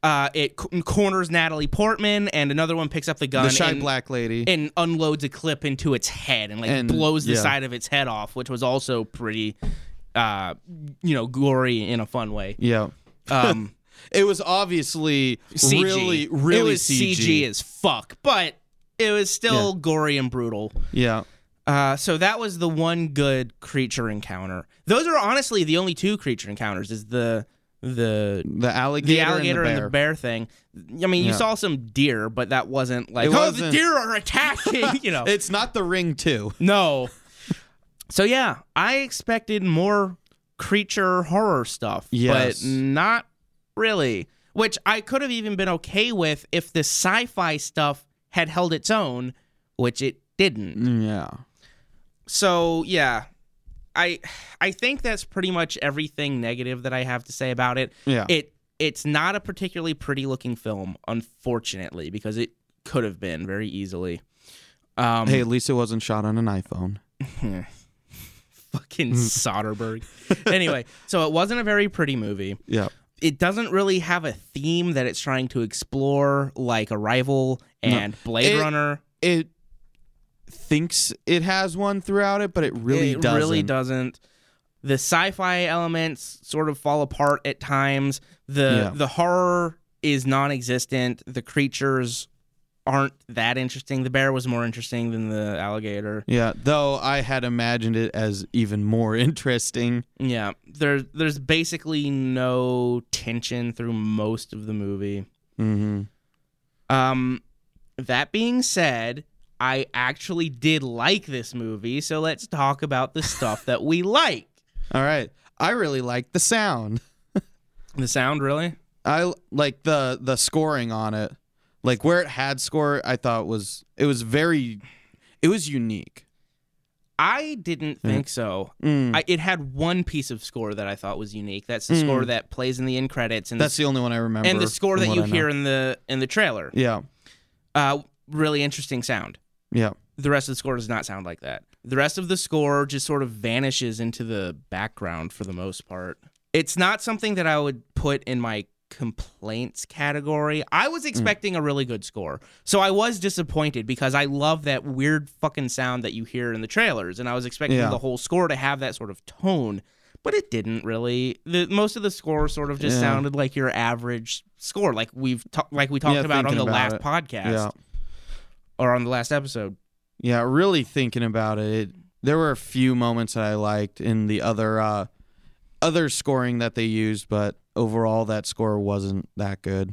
Uh, it c- corners Natalie Portman, and another one picks up the gun The shy and, black lady. and unloads a clip into its head and like And- blows the yeah. side of its head off, which was also pretty, uh, you know, gory in a fun way. yeah. Um, (laughs) It was obviously CG. really really it was CG. CG. as fuck, but it was still gory and brutal. Yeah. Uh, so that was the one good creature encounter. Those are honestly the only two creature encounters. Is the the The alligator, the alligator and the bear. thing. I mean, you Yeah. saw some deer, but that wasn't like It oh the wasn't- deer are attacking. (laughs) you know, It's not the ring too. no. So yeah, I expected more creature horror stuff, Yes. but not really. Which I could have even been okay with if the sci-fi stuff had held its own, which it didn't. Yeah. so yeah i i think that's pretty much everything negative that i have to say about it Yeah. it it's not a particularly pretty looking film unfortunately because it could have been very easily um (laughs) hey, at least it wasn't shot on an iPhone. Hmm. fucking soderbergh (laughs) anyway so it wasn't a very pretty movie Yeah. it doesn't really have a theme that it's trying to explore like arrival and blade It- runner It thinks it has one throughout it, but it really it doesn't. really doesn't. The sci-fi elements sort of fall apart at times. The Yeah. the horror is non-existent. The creatures aren't that interesting. The bear was more interesting than the alligator. Yeah, though I had imagined it as even more (laughs) interesting. Yeah, there there's basically no tension through most of the movie. Mm-hmm. Um, that being said, I actually did like this movie, so let's talk about the stuff that we (laughs) liked. All right, I really liked the sound. The sound, really? I l- like the the scoring on it. Like where it had score, I thought was it was very, it was unique. I didn't think so. Mm. I, it had one piece of score that I thought was unique. That's the score that plays in the end credits and That's the only one I remember. the, and the score from that what you I know. hear in the in the trailer. Yeah, Uh, really interesting sound. yeah, The rest of the score does not sound like that. The rest of the score just sort of vanishes into the background for the most part. It's not something that I would put in my complaints category. I Mm. was expecting a really good score. So I was disappointed because I love that weird fucking sound that you hear in the trailers and I was expecting Yeah. the whole score to have that sort of tone, but it didn't really. The most of the score sort of just Yeah. sounded like your average score like we've ta- like we talked Yeah, about on thinking the about last it. podcast yeah, or on the last episode. yeah. Really thinking about it, there were a few moments that I liked in the other uh other scoring that they used, but overall that score wasn't that good.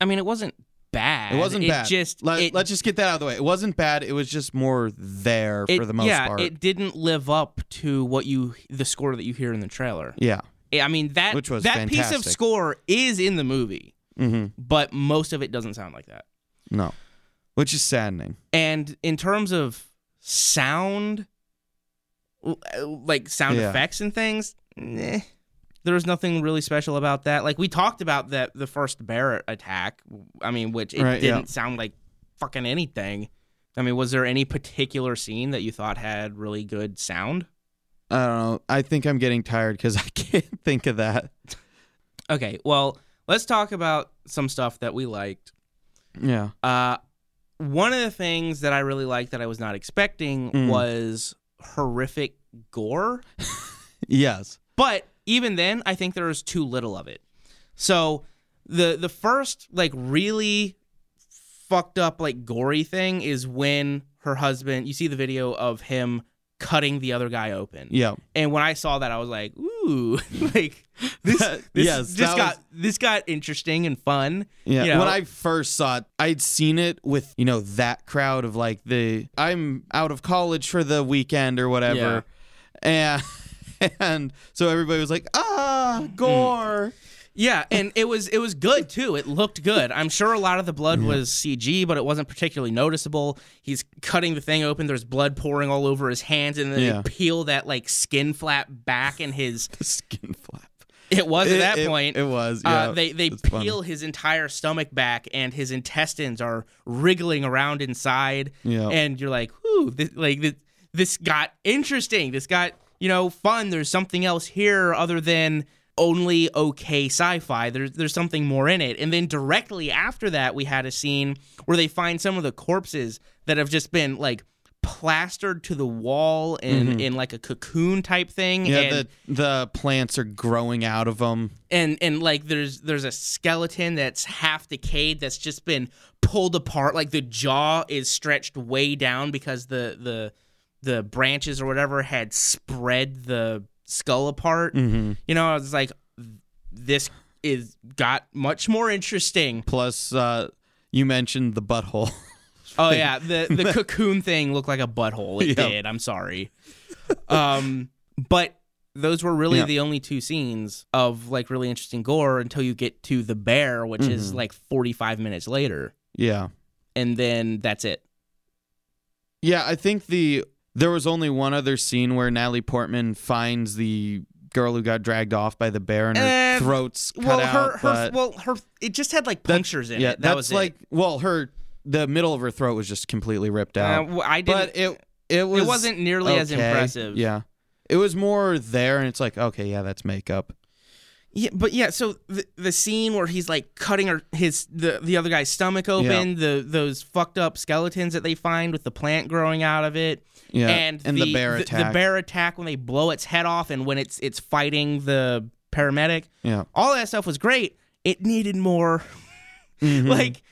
I mean, it wasn't bad. It wasn't bad. Just Let, it, us just get that out of the way. It wasn't bad. It was just more there it- for the most yeah, part. it didn't live up to what you the score that you hear in the trailer. yeah. I mean that Which was that piece of fantastic. score is in the movie. Mm-hmm. but most of it doesn't sound like that. No, which is saddening. And in terms of sound, l- like sound Yeah. effects and things, eh, there was nothing really special about that. Like we talked about that the first Barrett attack. I mean, which it Right, yeah. didn't sound like fucking anything. I mean, was there any particular scene that you thought had really good sound? I don't know. I think I'm getting tired because I (laughs) can't think of that. Okay, well, let's talk about some stuff that we liked. Yeah. Uh, one of the things that I really liked that I was not expecting Mm. was horrific gore. Yes. But even then, I think there is too little of it. So the the first like really fucked up like gory thing is when her husband. You see the video of him cutting the other guy open. Yeah. And when I saw that, I was like, ooh, (laughs) like this. this (laughs) Yes, this that got this got interesting and fun. Yeah. You know? When I first saw it, I'd seen it with, you know, that crowd of like the I'm out of college for the weekend or whatever. And (laughs) and so everybody was like, "Ah, Mm. (laughs) gore." Yeah, and it was it was good too. It looked good. I'm sure a lot of the blood was CG, but it wasn't particularly noticeable. He's cutting the thing open. There's blood pouring all over his hands, and then Yeah. they peel that like skin flap back, and his The skin flap. it was at It- that it- point. it was. Yeah. uh, they they It's peel funny. his entire stomach back, and his intestines are wriggling around inside. Yeah. and you're like, "Ooh, this, like this, this got interesting. This got you know fun. There's something else here other than only okay sci-fi. There's there's something more in it." And then directly after that, we had a scene where they find some of the corpses that have just been like plastered to the wall in in like a cocoon type thing. Mm-hmm. yeah, and, the the plants are growing out of them. and and like there's there's a skeleton that's half decayed that's just been pulled apart like the jaw is stretched way down because the the the branches or whatever had spread the skull apart Mm. you know i was like this is got much more interesting Plus uh you mentioned the butthole. (laughs) oh yeah the the cocoon thing looked like a butthole it Yeah. did i'm sorry um but those were really Yeah. the only two scenes of like really interesting gore until you get to the bear which Mm-hmm. is like 45 minutes later yeah. and then that's it Yeah, I think the there was only one other scene where Natalie Portman finds the girl who got dragged off by the bear and her Uh, throat's cut well out. her, her but- well her it just had like punctures in yeah, it that that's was like it. Uh, well, her the middle of her throat was just completely ripped Uh, out. well, i didn't but it it was it wasn't nearly as okay. impressive Yeah, it was more there, and it's like okay, yeah, that's makeup. Yeah, but yeah, so the, the scene where he's like cutting her, his the, the other guy's stomach open, the those fucked up skeletons that they find with the plant growing out of it, Yeah, and, and the bear attack. the bear attack when they blow its head off and when it's it's fighting the paramedic, Yeah, all that stuff was great. It needed more. (laughs) Hmm. Mm-hmm, Like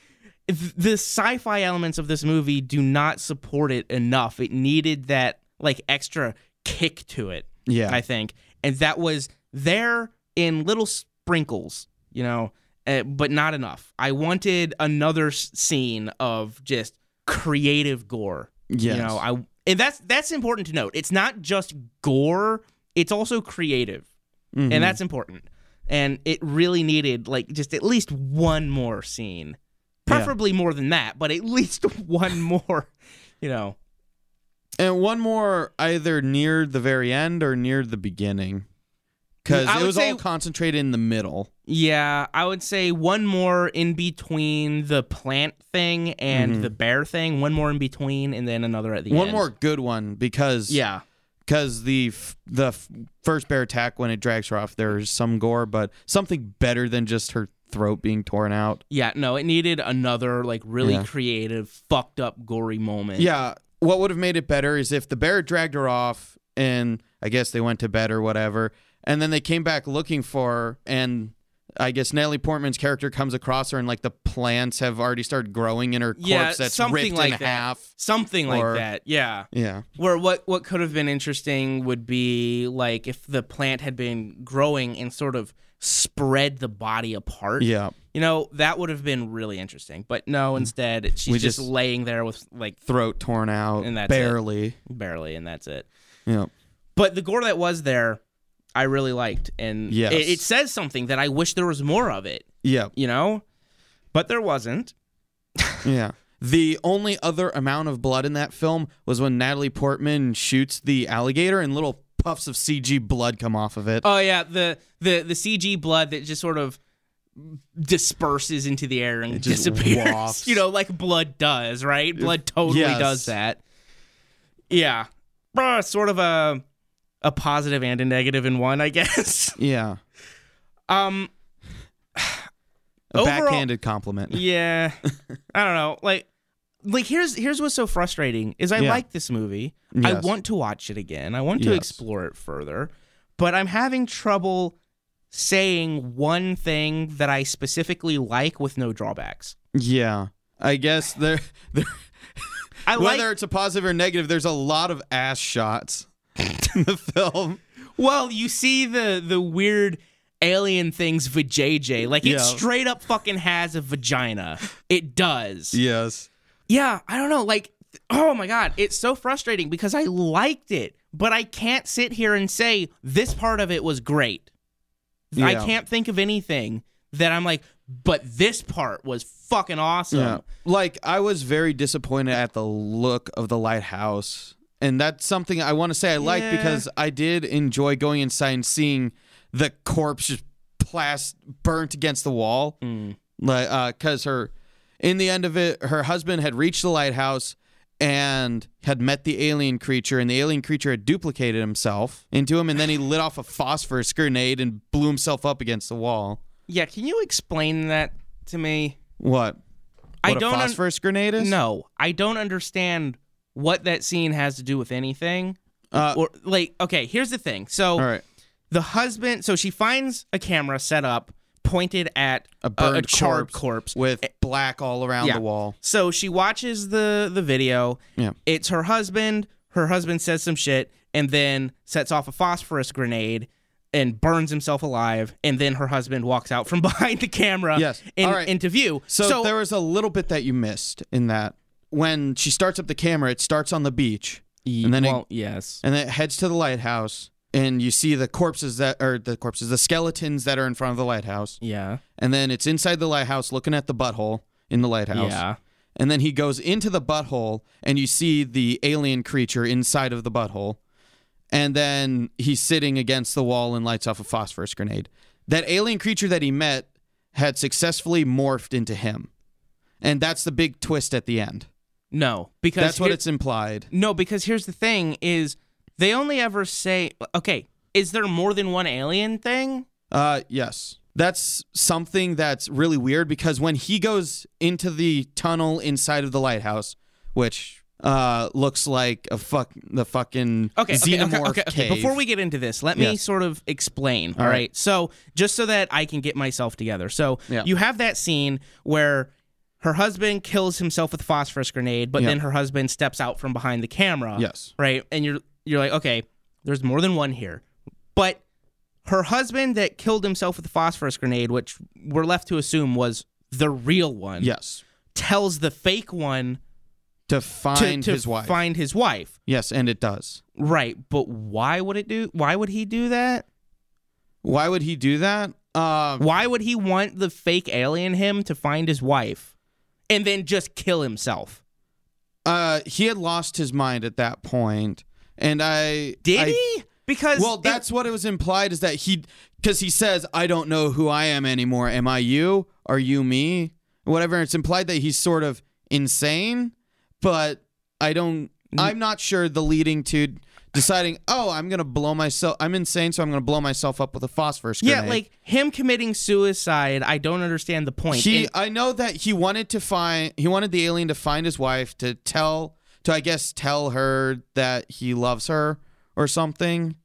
th- the sci-fi elements of this movie do not support it enough. It needed that like extra kick to it. yeah, I think, and that was there in little sprinkles, you know, uh, but not enough. I wanted another s- scene of just creative gore. Yes. You know, I and that's that's important to note. It's not just gore; it's also creative, Mhm. and that's important. And it really needed like just at least one more scene, Yeah. preferably more than that, but at least (laughs) one more. You know, and one more either near the very end or near the beginning, because I it would was say- all concentrated in the middle. Yeah, I would say one more in between the plant thing and the bear thing. One more in between, and then another at the Mm-hmm. One end. more good one because Yeah. because the f- the f- first bear attack when it drags her off there's some gore but something better than just her throat being torn out. Yeah. No, it needed another like really Yeah. creative, fucked up, gory moment. Yeah, what would have made it better is if the bear dragged her off and I guess they went to bed or whatever and then they came back looking for her and I guess Natalie Portman's character comes across her and like the plants have already started growing in her corpse Yeah, that's something ripped like in that. half. Something Or- like that. Yeah. Yeah. Where what what could have been interesting would be like if the plant had been growing and sort of spread the body apart. Yeah. Mm. You know, that would have been really interesting. But no, instead it- she's We just, just- laying there with like Throat torn out And that's it. barely. barely and that's it. Yeah. But the gore that was there, I really liked, and Yes. it, it says something that I wish there was more of it. Yeah. You know, but there wasn't. Yeah. The only other amount of blood in that film was when Natalie Portman shoots the alligator and little puffs of CG blood come off of it. Oh yeah, the the the CG blood that just sort of disperses into the air and just disappears. wafts. (laughs) You know, like blood does, right? Blood totally yes. does that. Yeah, Bruh, sort of a a positive and a negative in one, I (laughs) guess. yeah. Um, A Overall- backhanded compliment. (laughs) yeah, I don't know. Like, like here's here's what's so frustrating is I Yeah. like this movie. I Yes. want to watch it again. I want to Yes. explore it further, but I'm having trouble saying one thing that I specifically like with no drawbacks. Yeah. I guess there, there (laughs) I whether like it's a positive or negative, there's a lot of ass shots (laughs) in the film. well, you see the the weird alien things vajayjay. Like it Yeah. straight up fucking has a vagina. It does. Yes. Yeah, I don't know. Like, oh my God, it's so frustrating because I liked it, but I can't sit here and say this part of it was great. I Yeah. can't think of anything that I'm like, but this part was fucking awesome. Yeah. Like I was very disappointed at the look of the lighthouse. And that's something I want to say I like Yeah. because I did enjoy going inside and seeing the corpse just plast burnt against the wall. Mm. Like uh cuz her in the end of it her husband had reached the lighthouse and had met the alien creature and the alien creature had duplicated himself into him (sighs) and then he lit off a phosphorus grenade and blew himself up against the wall. Yeah, can you explain that to me? What? I What a don't un- phosphorus grenade is? No, I don't understand what that scene has to do with anything. Uh, or like, okay, here's the thing. So All right. the husband, so she finds a camera set up pointed at a burned charred corpse, Eh, with black all around Yeah. the wall. So she watches the the video. Yeah. It's her husband. Her husband says some shit and then sets off a phosphorus grenade and burns himself alive. And then her husband walks out from (laughs) behind the camera Yes. in, All right. into view. So, there was a little bit that you missed in that when she starts up the camera, it starts on the beach and then it- well, yes. and then it heads to the lighthouse and you see the corpses that or the corpses, the skeletons that are in front of the lighthouse, Yeah. and then it's inside the lighthouse looking at the butthole in the lighthouse. Yeah. And then he goes into the butthole, and you see the alien creature inside of the butthole. And then he's sitting against the wall and lights off a phosphorus grenade. That alien creature that he met had successfully morphed into him. And that's the big twist at the end. No, because That's what here- it's implied. No, because here's the thing: is they only ever say, okay, is there more than one alien thing? Uh, yes. That's something that's really weird because when he goes into the tunnel inside of the lighthouse, which uh looks like a fuck the fucking okay, okay, xenomorph okay, okay, okay. cave. Before we get into this, let me Yes. sort of explain. all right. right. So just so that I can get myself together. So Yeah. you have that scene where her husband kills himself with a phosphorus grenade, but Yeah. then her husband steps out from behind the camera. Yes. Right. And you're you're like, okay, there's more than one here. But her husband that killed himself with the phosphorus grenade, which we're left to assume was the real one, Yes. tells the fake one To to, find to his wife. find his wife. yes, and it does. Right. But why would it do why would he do that? Why would he do that? Um, Why would he want the fake alien him to find his wife and then just kill himself? uh, he had lost his mind at that point, and I Did I- he? Because Well, it- that's what it was implied is that he, because he says, "I don't know who I am anymore. Am I you? Are you me? Whatever." it's implied that he's sort of insane, but I don't. I'm not sure the leading to deciding. Oh, I'm gonna blow myself. I'm insane, so I'm gonna blow myself up with a phosphorus yeah, grenade. like him committing suicide. I don't understand the point. He, And- I know that he wanted to find, he wanted the alien to find his wife to tell, to I guess tell her that he loves her or something.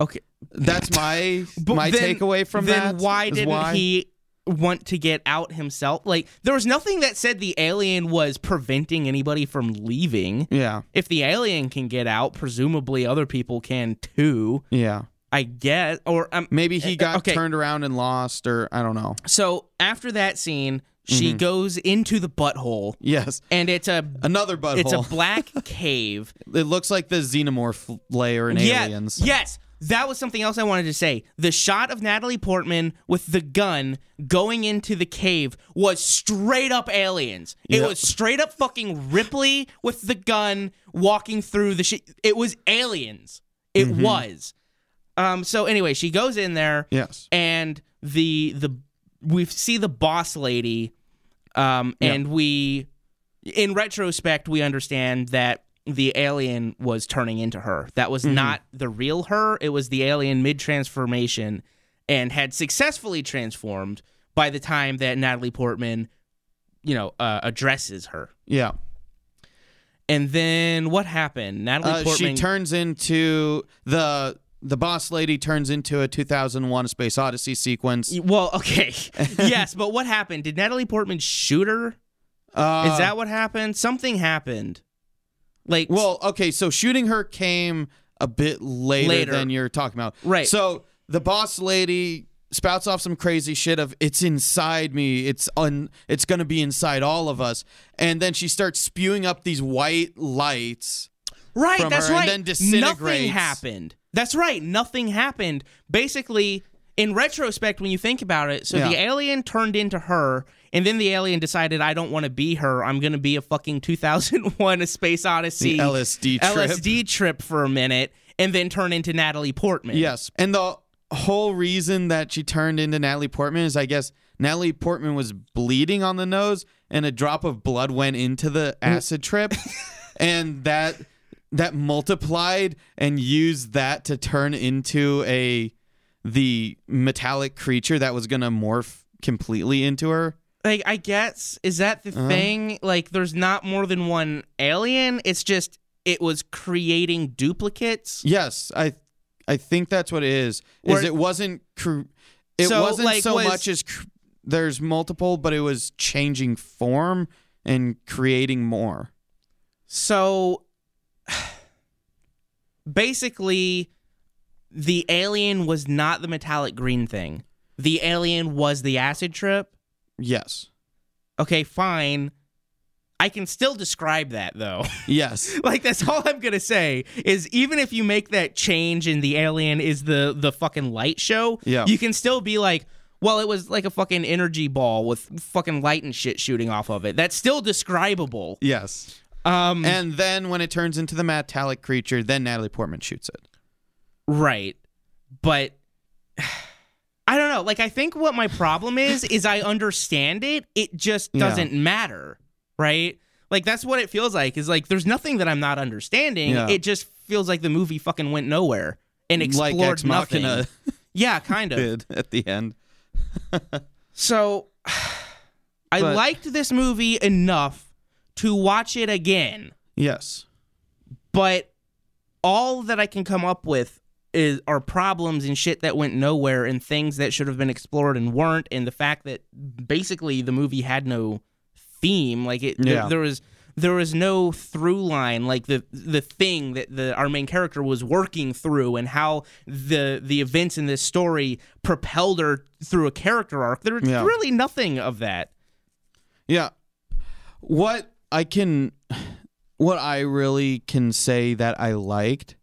okay, That's my (laughs) but my then- takeaway from then that. why is didn't he want to get out himself? Like there was nothing that said the alien was preventing anybody from leaving. Yeah, If the alien can get out, presumably other people can too. yeah. I guess, or um, Maybe he got okay. turned around and lost, or I don't know. (laughs) So after that scene, she goes into the butthole, Yes, and it's a Mm-hmm. another it's a (laughs) butthole. black cave. it looks like the xenomorph layer in Yeah, aliens. Yes, That was something else I wanted to say. The shot of Natalie Portman with the gun going into the cave was straight up aliens. It Yep. was straight up fucking Ripley with the gun walking through the shit. It was aliens. It Mm-hmm. was. Um. So anyway, she goes in there Yes. and the the we see the boss lady um and we in retrospect we understand that the alien was turning into her that was not the real her it was the alien mid transformation and had successfully transformed by the time that Natalie Portman you know uh, addresses her Yeah. and then what happened Natalie Uh, she Portman turns into the the boss lady turns into a 2001 A Space Odyssey sequence. Y- well okay (laughs) yes but what happened did Natalie Portman shoot her Uh, Is that what happened? Something happened. Like Well, okay, so shooting her came a bit later, Later. than you're talking about. Right. So the boss lady spouts off some crazy shit of it's inside me, it's un it's gonna be inside all of us. And then she starts spewing up these white lights. right, from that's her and right. then disintegrates. Nothing happened. That's right. Nothing happened. Basically, in retrospect, when you think about it, so the Yeah. alien turned into her, and then the alien decided, I don't want to be her. I'm going to be a fucking 2001 A Space Odyssey The LSD trip. LSD trip for a minute, and then turn into Natalie Portman. Yes. And the whole reason that she turned into Natalie Portman is I guess Natalie Portman was bleeding on the nose and a drop of blood went into the acid trip and that that multiplied and used that to turn into a the metallic creature that was going to morph completely into her. Like, I guess, is that Uh-huh. the thing? Like, there's not more than one alien. It's just, it was creating duplicates. Yes, I I think that's what it is. Where- is it wasn't cr- it So, wasn't like, so was- much as cr- there's multiple, but it was changing form and creating more. So basically, the alien was not the metallic green thing. The alien was the acid trip. Yes. Okay, fine. I can still describe that though. (laughs) Yes. like that's all I'm gonna say is even if you make that change and the alien is the the fucking light show, Yeah. you can still be like, well, it was like a fucking energy ball with fucking light and shit shooting off of it. That's still describable. yes. Um, And then when it turns into the metallic creature, then Natalie Portman shoots it. Right. But (sighs) I don't know. Like I think what my problem is is I understand it. It just Yeah. doesn't matter, right? Like that's what it feels like. Is like there's nothing that I'm not understanding. Yeah. It just feels like the movie fucking went nowhere and explored like Ex nothing. Machina Yeah, kind of. (laughs) did at the end. So (sighs) I But- liked this movie enough to watch it again. Yes. but all that I can come up with is are problems and shit that went nowhere and things that should have been explored and weren't and the fact that basically the movie had no theme like it there- Yeah. there was there was no through line like the the thing that the our main character was working through and how the the events in this story propelled her through a character arc there's Yeah. really nothing of that Yeah. What I can what I really can say that I liked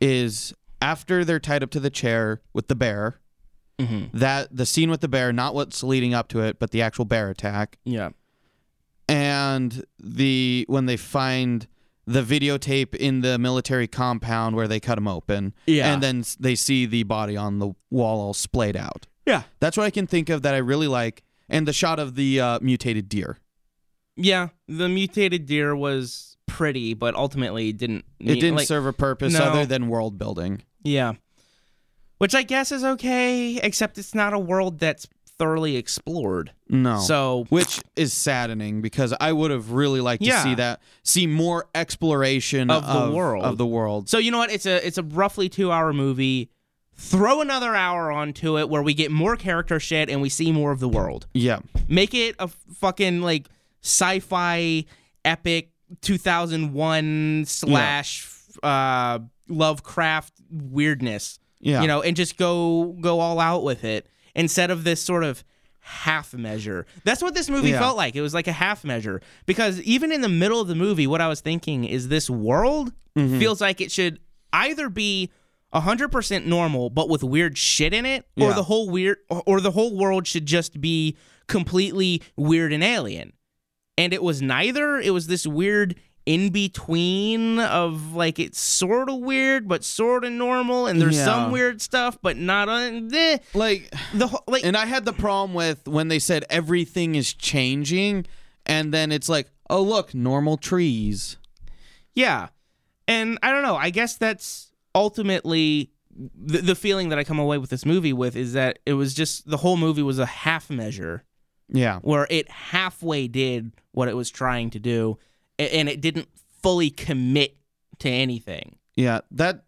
is after they're tied up to the chair with the bear, that the scene with the bear, not what's leading up to it, but the actual bear attack, yeah and the when they find the videotape in the military compound where they cut him open, Yeah. and then s- they see the body on the wall all splayed out. yeah That's what I can think of that I really like, and the shot of the uh, mutated deer. Yeah, the mutated deer was pretty, but ultimately didn't. It mean- didn't like, serve a purpose no. other than world building. Yeah, which I guess is okay, except it's not a world that's thoroughly explored. No. So which is saddening because I would have really liked Yeah. to see that, see more exploration Of the world. of the world. So you know what? It's a it's a roughly two hour movie. Throw another hour onto it where we get more character shit and we see more of the world. Yeah, Make it a fucking like sci-fi epic 2001 slash uh, Lovecraft weirdness. yeah, you know, and just go go all out with it instead of this sort of half measure. That's what this movie Yeah. felt like. It was like a half measure because even in the middle Mm-hmm. of the movie, what I was thinking is this world feels like it should either be 100% normal but with weird shit in it or Yeah. the whole weird or, or the whole world should just be completely weird and alien. And it was neither. It was this weird in between of like it's sort of weird but sort of normal and there's Yeah. some weird stuff but not on the Like the whole like And I had the problem with when they said everything is changing, and then it's like, oh look, normal trees. Yeah. And I don't know. I guess that's ultimately the, the feeling that I come away with this movie with is that it was just the whole movie was a half measure Yeah, where it halfway did what it was trying to do a- and it didn't fully commit to anything. yeah. That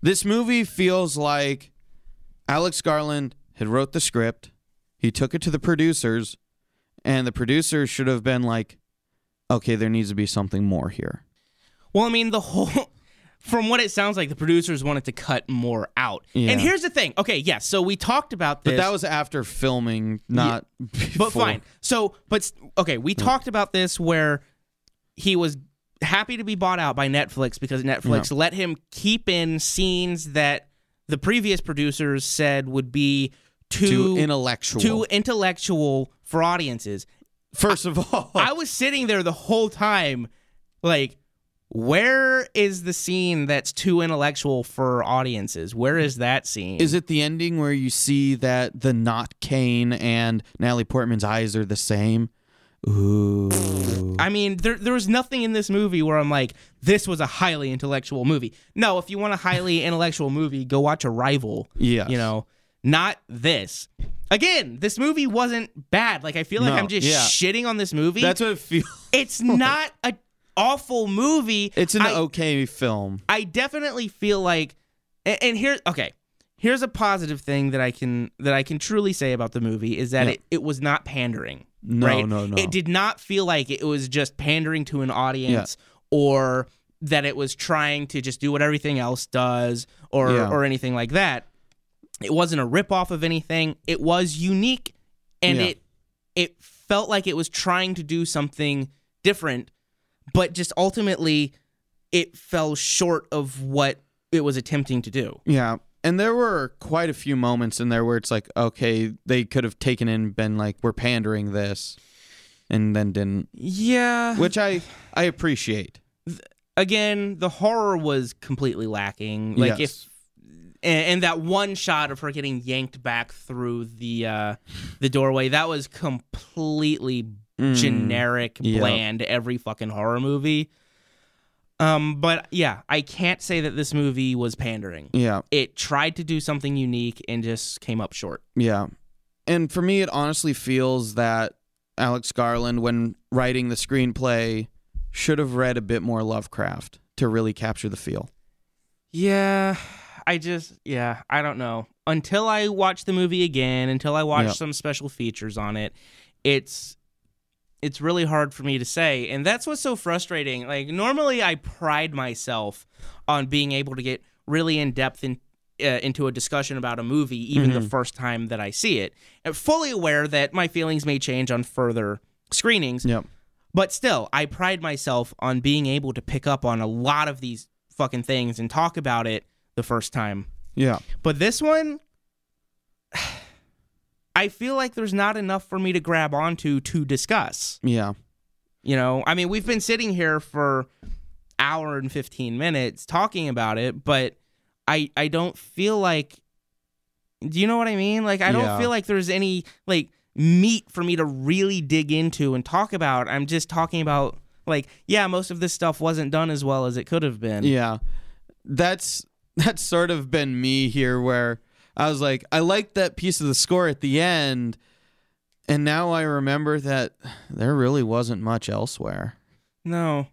this movie feels like Alex Garland had wrote the script, he took it to the producers, and the producers should have been like, okay, there needs to be something more here. Well, I mean, the whole. (laughs) From what it sounds like, the producers wanted to cut more out. Yeah. And here's the thing. Okay, yes. so we talked about this. But that was after filming, not. before. But fine. So, but s- okay, we talked about this where he was happy to be bought out by Netflix because Netflix let him keep in scenes that the previous producers said would be Too too intellectual. too intellectual for audiences. First of all, I was sitting there the whole time, like, where is the scene that's too intellectual for audiences? Where is that scene? Is it the ending where you see that the not Kane and Natalie Portman's eyes are the same? Ooh. I mean, there there was nothing in this movie where I'm like, this was a highly intellectual movie. No, if you want a (laughs) highly intellectual movie, go watch Arrival. Yes. You know, not this. Again, this movie wasn't bad. Like I feel like No, I'm just yeah. shitting on this movie. That's what it feels. it's not a awful movie. It's (laughs) an I- okay film. I definitely feel like, and, and here, okay, here's a positive thing that I can that I can truly say about the movie is that Yeah. it, it was not pandering. No, right? no, no. It did not feel like it was just pandering to an audience or that it was trying to just do what everything else does or Yeah. or anything like that. It wasn't a ripoff of anything. It was unique, and Yeah. it it felt like it was trying to do something different, but just ultimately it fell short of what it was attempting to do. Yeah. And there were quite a few moments in there where it's like, okay, they could have taken in and been like, we're pandering this, and (sighs) then didn't, Yeah. which I I appreciate. Again, the horror was completely lacking. Like if Yes. and, and that one shot of her getting yanked back through the uh, the doorway that was completely Mm. generic, Yep. bland, every fucking horror movie. Um, but yeah, I can't say that this movie was pandering. Yeah. It tried to do something unique and just came up short. Yeah. And for me, it honestly feels that Alex Garland, when writing the screenplay, should have read a bit more Lovecraft to really capture the feel. Yeah, I just yeah, I don't know. Until I watch the movie again, until I watch Yeah. some special features on it, it's it's really hard for me to say. And that's what's so frustrating. Like normally I pride myself on being able to get really in depth in, uh, into a discussion about a movie even the first time that I see it. And fully aware that my feelings may change on further screenings, Yep. but still, I pride myself on being able to pick up on a lot of these fucking things and talk about it the first time. Yeah. But this one, (sighs) I feel like there's not enough for me to grab onto to discuss. Yeah. You know, I mean, we've been sitting here for hour and 15 minutes talking about it, but I I don't feel like do you know what I mean? Like I don't Yeah. feel like there's any like meat for me to really dig into and talk about. I'm just talking about like yeah, most of this stuff wasn't done as well as it could have been. Yeah. That's (laughs) that's sort of been me here where I was like, I liked that piece of the score at the end, and now I remember that there really wasn't much elsewhere. No.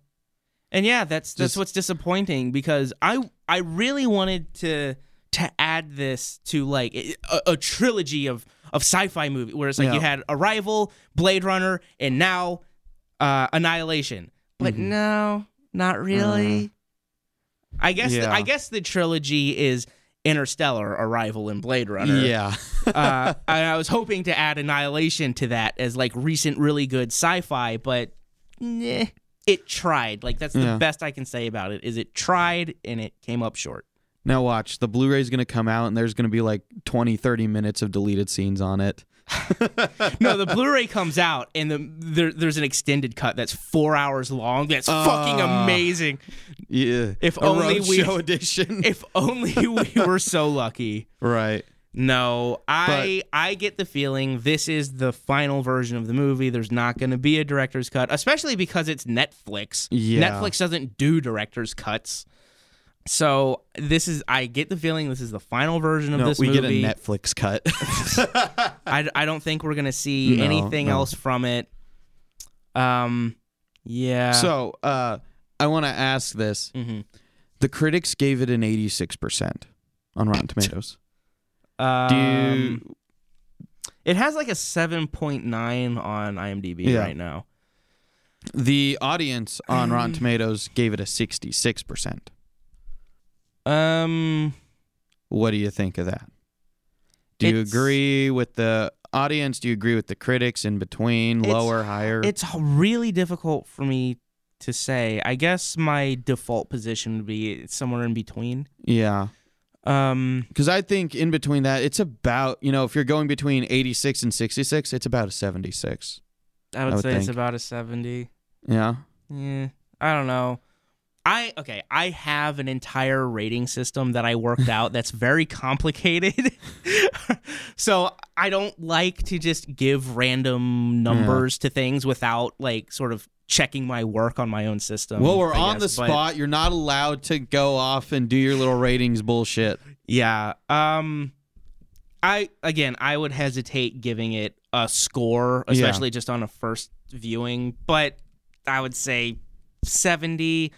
And yeah, that's that's Just- what's disappointing because I I really wanted to to add this to like a, a trilogy of of sci-fi movie where it's like you Yeah. had Arrival, Blade Runner, and now uh, Annihilation. But Mm-hmm. no, not really. I guess the, Uh-huh. Yeah. I guess the trilogy is Interstellar, Arrival, and Blade Runner. Yeah. (laughs) uh, (laughs) and I was hoping to add Annihilation to that as like recent really good sci-fi, but nah, it tried. Like that's the Yeah. best I can say about it. Is it tried and it came up short. Now watch, the Blu-ray's going to come out and there's going to be like 20, 30 minutes of deleted scenes on it. No, the Blu-ray comes out and the, there, there's an extended cut that's four hours long. That's fucking Ah. amazing. Yeah. If a only we- (laughs) roadshow edition. If only we were so lucky. right. No, I I get the feeling this is the final version of the movie. There's not going to be a director's cut, especially because it's Netflix. Yeah. Netflix doesn't do director's cuts. So this is I get the feeling this is the final version of No, this we movie. get a (laughs) Netflix cut. (laughs) I, I don't think we're going to see No, anything no. else from it. Um yeah. so, uh I want to ask this. Mhm. The critics gave it an 86% on Rotten Tomatoes. Do um, you, it has like a 7.9 on IMDb Yeah. right now. The audience on (clears throat) Rotten Tomatoes gave it a 66%. Um What do you think of that? Do you It's- agree with the audience? Do you agree with the critics in between, It's- lower, higher? It's h- really difficult for me to say. I guess my default position would be it's somewhere in between. yeah. Um, Because I think in between that, it's about, you know, if you're going between 86 and 66, it's about a 76. I would, would say it's think. about a seventy. Yeah. Yeah, I don't know. I okay. I have an entire rating system that I (laughs) worked out that's very complicated. (laughs) so I don't like to just give random numbers to things without like sort of checking my work on my own system. well, we're Um, I on guess, the but- spot. You're not allowed to go off and do your little ratings bullshit. Yeah. Um I again, I would hesitate giving it a score, Yeah. especially just on a first viewing, but I would say 70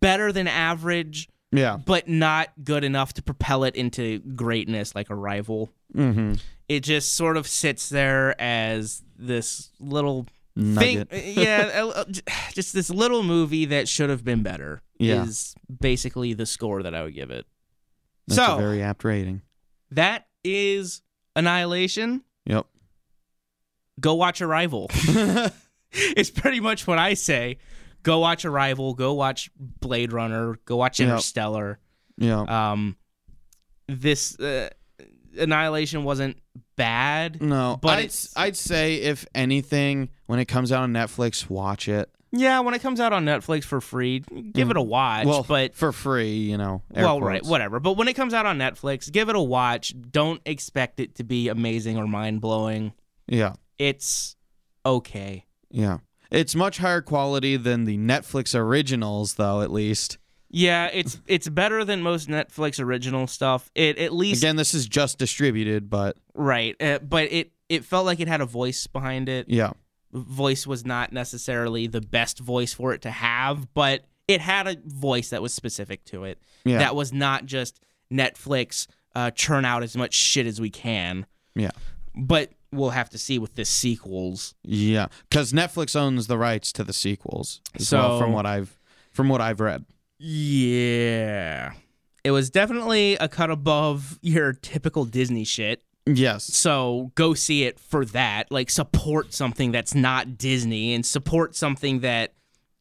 better than average, Yeah. but not good enough to propel it into greatness like a rival. Mm-hmm. It just sort of sits there as this little Nugget. thing yeah, uh, uh, j- just this little movie that should have been better Yeah. is basically the score that I would give it. That's so- a very apt rating. That is Annihilation. Yep. (laughs) Go watch Arrival. (laughs) it's pretty much what I say. Go watch Arrival. Go watch Blade Runner. Go watch Yep. Interstellar. Yeah. Um, this uh, Annihilation wasn't bad. No, But I'd, it's- I'd say if anything, when it comes out on Netflix, watch it. Yeah, when it comes out on Netflix for free, give it a watch. Mm. well, but for free, you know. air well, right, quotes. whatever. But when it comes out on Netflix, give it a watch. Don't expect it to be amazing or mind blowing. Yeah, It's okay. yeah. It's much higher quality than the Netflix originals, though. At least, Yeah, it's it's better than most Netflix original stuff. It at least again, this is just distributed, but right, uh, but it it felt like it had a voice behind it. yeah, Voice was not necessarily the best voice for it to have, but it had a voice that was specific to it. yeah, That was not just Netflix uh, churn out as much shit as we can. Yeah. but we'll have to see with the sequels. yeah. Because Netflix owns the rights to the sequels, as So- well, from what I've from what I've read. Yeah, it was definitely a cut above (laughs) your typical Disney shit. Yes, So go see it for that. Like support something that's not Disney and support something that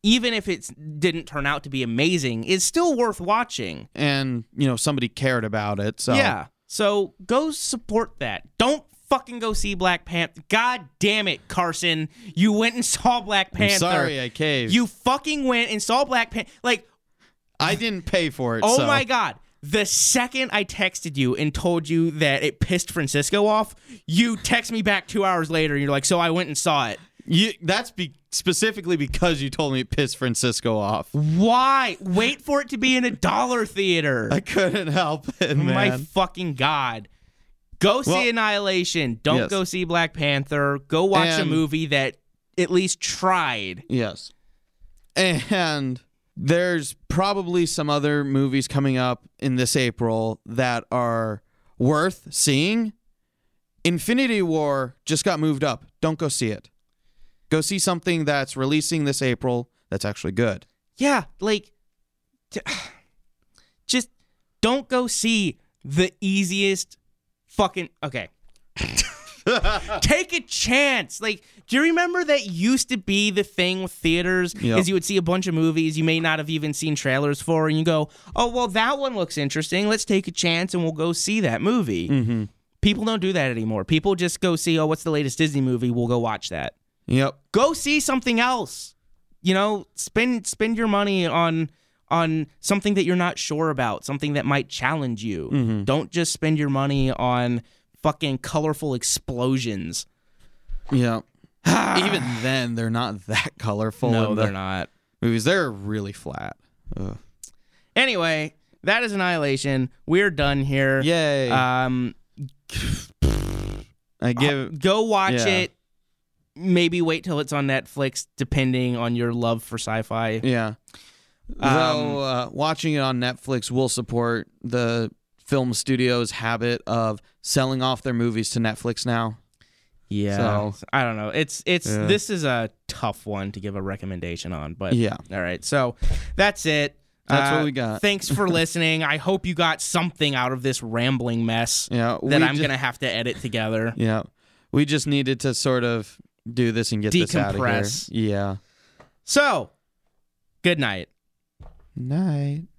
even if it didn't turn out to be amazing is still worth watching. and you know somebody cared about it, so Yeah. So go support that. Don't fucking go see Black Panther. God damn it, Carson. You went and (laughs) saw Black I'm Panther. sorry, I caved. You fucking went and saw Black Panther. Like I didn't pay for it. Oh so. my god. The second I texted you and told you that it pissed Francisco off, you text me back two hours later and you're like, so I went and saw it. You, that's be- specifically because you told me it pissed Francisco off. Why? Wait for it to be in a dollar theater. Oh I couldn't help it, man. My fucking god. Go see Well- Annihilation. Don't Yes. go see Black Panther. Go watch a And- movie that at least tried. yes. And there's probably some other movies coming up in this April that are worth seeing. Infinity War just got moved up. Don't go see it. Go see something that's releasing this April that's actually good. Yeah, like t- (sighs) just don't go see the easiest fucking okay. Take a chance. Like, do you remember that used to be the thing with theaters? Yep. Is you would see a bunch of movies you may not have even seen trailers for, and you go, "Oh, well, that one looks interesting. Let's take a chance and we'll go see that movie." People don't do that anymore. People just go see, "Oh, what's the latest Disney movie? We'll go watch that." Yep. go see something else. You know, spend spend your money on on something that you're not sure about, something that might challenge you. Mm-hmm. Don't just spend your money on fucking colorful explosions. Yep. (sighs) Even then, they're not that colorful. in the not. Movies, they're really flat. Ugh. Anyway, that is Annihilation. We're done here. Yay! Um I give. go watch Yeah. it. Maybe wait till it's on Netflix depending on your love for sci-fi. yeah. Um, Though uh, watching it on Netflix will support the film studio's habit of selling off their movies to Netflix now. Yeah. So- I don't know. It's it's Yeah. this is a tough one to give a recommendation on, but Yeah. All right. So that's it. Uh, That's what we got. Thanks (laughs) for listening. I hope you got something out of this rambling mess Yeah. that we I'm ju- going to have to edit together. Yeah. We just needed to sort of do this and get this out of here. Decompress. Yeah. So, good night. Night.